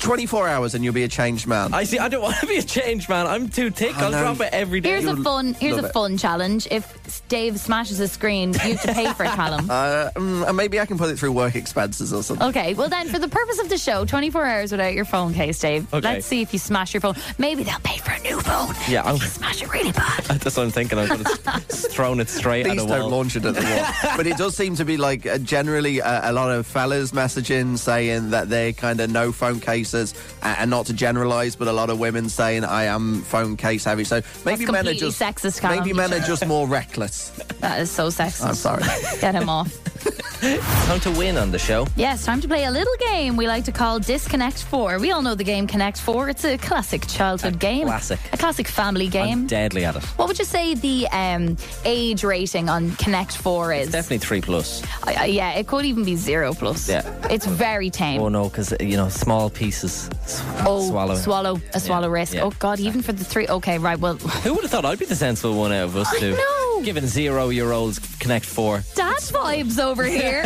24 hours and you'll be a changed man.
I see. I don't want to be a change man. I'm too thick.
I
I'll
know.
drop it every day.
Oh, Here's a fun. Here's
love
a
it.
fun challenge. If Dave smashes his screen, you have to pay for it, Callum.
Uh, mm, and maybe I can put it through work expenses or something.
Okay, well then, for the purpose of the show, 24 hours without your phone case, Dave.
Okay.
Let's see if you smash your phone. Maybe they'll pay for a new phone.
Yeah, I'm,
Smash it really bad.
that's what I'm thinking. I'm going to thrown it straight at
Please
a
don't
wall.
launch it at the wall. but it does seem to be like uh, generally uh, a lot of fellas messaging saying that they're kind of no phone cases, uh, and not to generalise, but a lot of women saying I am phone case heavy. So maybe
That's
men are
completely
just
sexist, Callum.
maybe men are just more reckless.
That is so sexist.
I'm sorry.
Get him off.
Time to win on the show.
Yes, time to play a little game we like to call Disconnect 4. We all know the game Connect 4. It's a classic childhood game.
classic.
A classic family game.
I'm deadly at it.
what would you say the um, age rating on Connect 4 is?
Definitely three plus.
I- I- yeah, it could even be zero plus.
Yeah.
It's very tame.
Oh no, because you know small pieces. s-
Oh,
swallowing.
swallow a swallow risk.
yeah,
oh God, even for the three. Okay, right. Well,
Who would have thought I'd be the sensible one out of us two?
know.
Given zero year olds connect four.
dad vibes over here.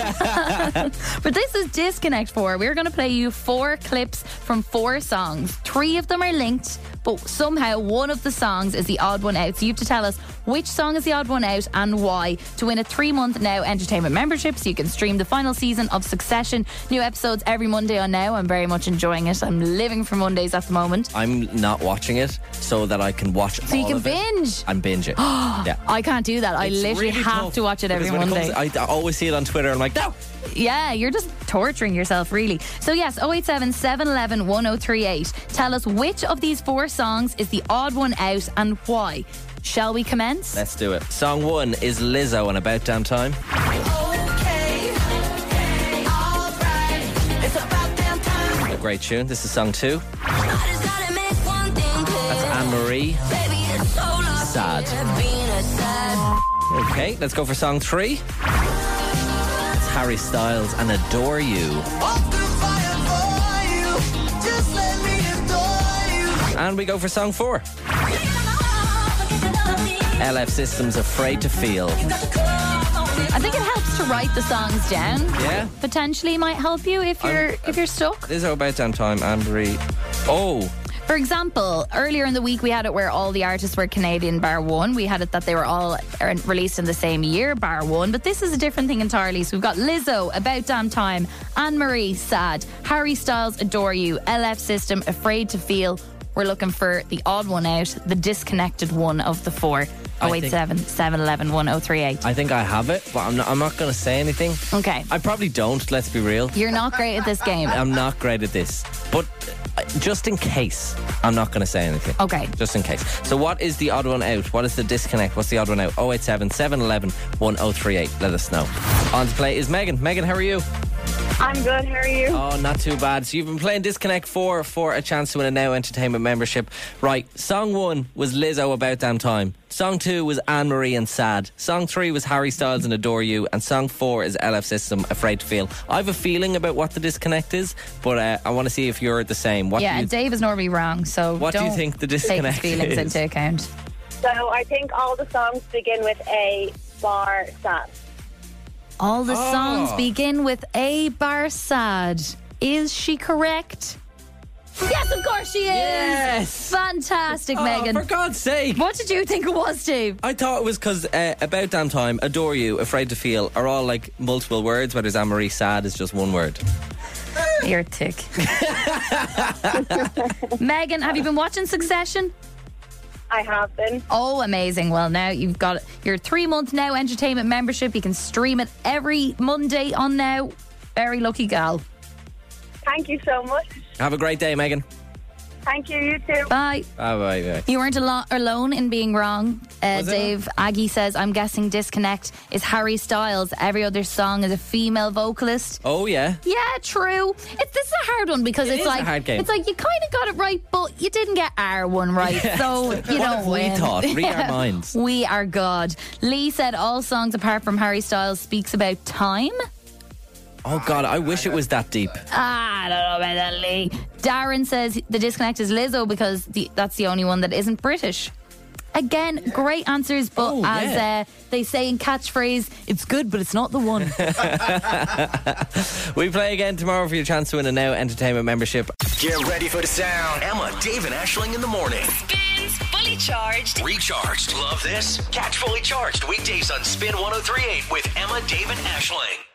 but this is disconnect four. We're going to play you four clips from four songs. Three of them are linked, but somehow one of the songs is the odd one out. So you have to tell us which song is the odd one out and why to win a three month Now Entertainment membership. So you can stream the final season of Succession. New episodes every Monday on Now. I'm very much enjoying it. I'm living for Mondays at the moment.
I'm not watching it so that I can watch.
So you
all
can
of it
binge.
and binge it. yeah.
I can't do that. I
It's
literally
really
have
tough
to watch it every
because when
Monday.
it comes- I, I always see it on Twitter. I'm like, no.
yeah, you're just torturing yourself, really. So, yes, 087 711 1038. Tell us which of these four songs is the odd one out and why. Shall we commence?
Let's do it. Song one is Lizzo and About Damn Time. A great tune. This is song two. That's Anne Marie. Sad. Okay, let's go for song three. It's Harry Styles and Adore You. And we go for song four. LF Systems Afraid to Feel.
I think it helps to write the songs down.
Yeah.
Potentially might help you if you're if you're stuck.
Lizzo About Damn Time, Anne Marie. Oh,
For example, earlier in the week we had it where all the artists were Canadian bar one. We had it that they were all er, released in the same year bar one, but this is a different thing entirely. So we've got Lizzo, About Damn Time, Anne Marie, Sad, Harry Styles, Adore You, LF System, Afraid to Feel. We're looking for the odd one out, the disconnected one of the four.
I think-
087 711 1038.
I think I have it, but I'm not, I'm not going to say anything.
Okay.
I probably don't, let's be real.
You're not great at this game.
I'm not great at this. But uh, just in case, I'm not going to say anything.
Okay.
Just in case. So, what is the odd one out? What is the disconnect? What's the odd one out? 087 711 1038. Let us know. On to play is Megan. Megan, how are you?
I'm good. How are you?
Oh, not too bad. So you've been playing Disconnect 4 for a chance to win a Now Entertainment membership. Right, song 1 was Lizzo About Damn Time. Song 2 was Anne Marie and Sad. Song 3 was Harry Styles and Adore You. And song 4 is LF System Afraid to Feel. I have a feeling about what the disconnect is, but uh, I want to see if you're the same. What
yeah,
do you
and Dave is normally wrong, so
What do you
don't
think the
take
disconnect
his feelings
is?
into account.
So I think all the songs begin with a bar sad.
All the
Ah.
Oh.
songs begin with a Barsad. Is she correct? Yes, of course she is. Yes, fantastic,
Oh,
Megan.
for God's sake!
What did you think it was, Dave?
I thought it was because uh, About Damn Time, Adore You, Afraid to Feel are all like multiple words, whereas Anne Marie Sad is just one word.
You're a tick. Megan, have you been watching Succession?
I have been.
Oh, amazing. Well, now you've got your three month now entertainment membership. You can stream it every Monday on now. Very lucky gal.
Thank you so much.
Have a great day, Megan.
Thank you. You too.
Bye.
Bye bye. bye.
You weren't alo- alone in being wrong. Uh, Dave Aggie says, I'm guessing Disconnect is Harry Styles. Every other song is a female vocalist.
Oh yeah.
Yeah, true. It's this is a hard one because
It
it's
is a
like
hard game.
it's like you kind of got it right, but you didn't get our one right,
Yeah.
so you
What
don't
have we
win.
thought? Read our minds.
We are God. Lee said all songs apart from Harry Styles speaks about time.
Oh God, I wish it was that deep.
Ah, I don't know about that, Lee. Darren says the disconnect is Lizzo because the, that's the only one that isn't British. Again, great answers, but
Oh,
as
yeah.
uh, they say in catchphrase, it's good, but it's not the one.
we play again tomorrow for your chance to win a Now Entertainment membership.
Get ready for the sound. Emma, Dave, and Ashling in the morning.
Spins Fully Charged.
oh Recharged. Love this? Catch fully charged weekdays on Spin 1038 with Emma, Dave, and Ashling.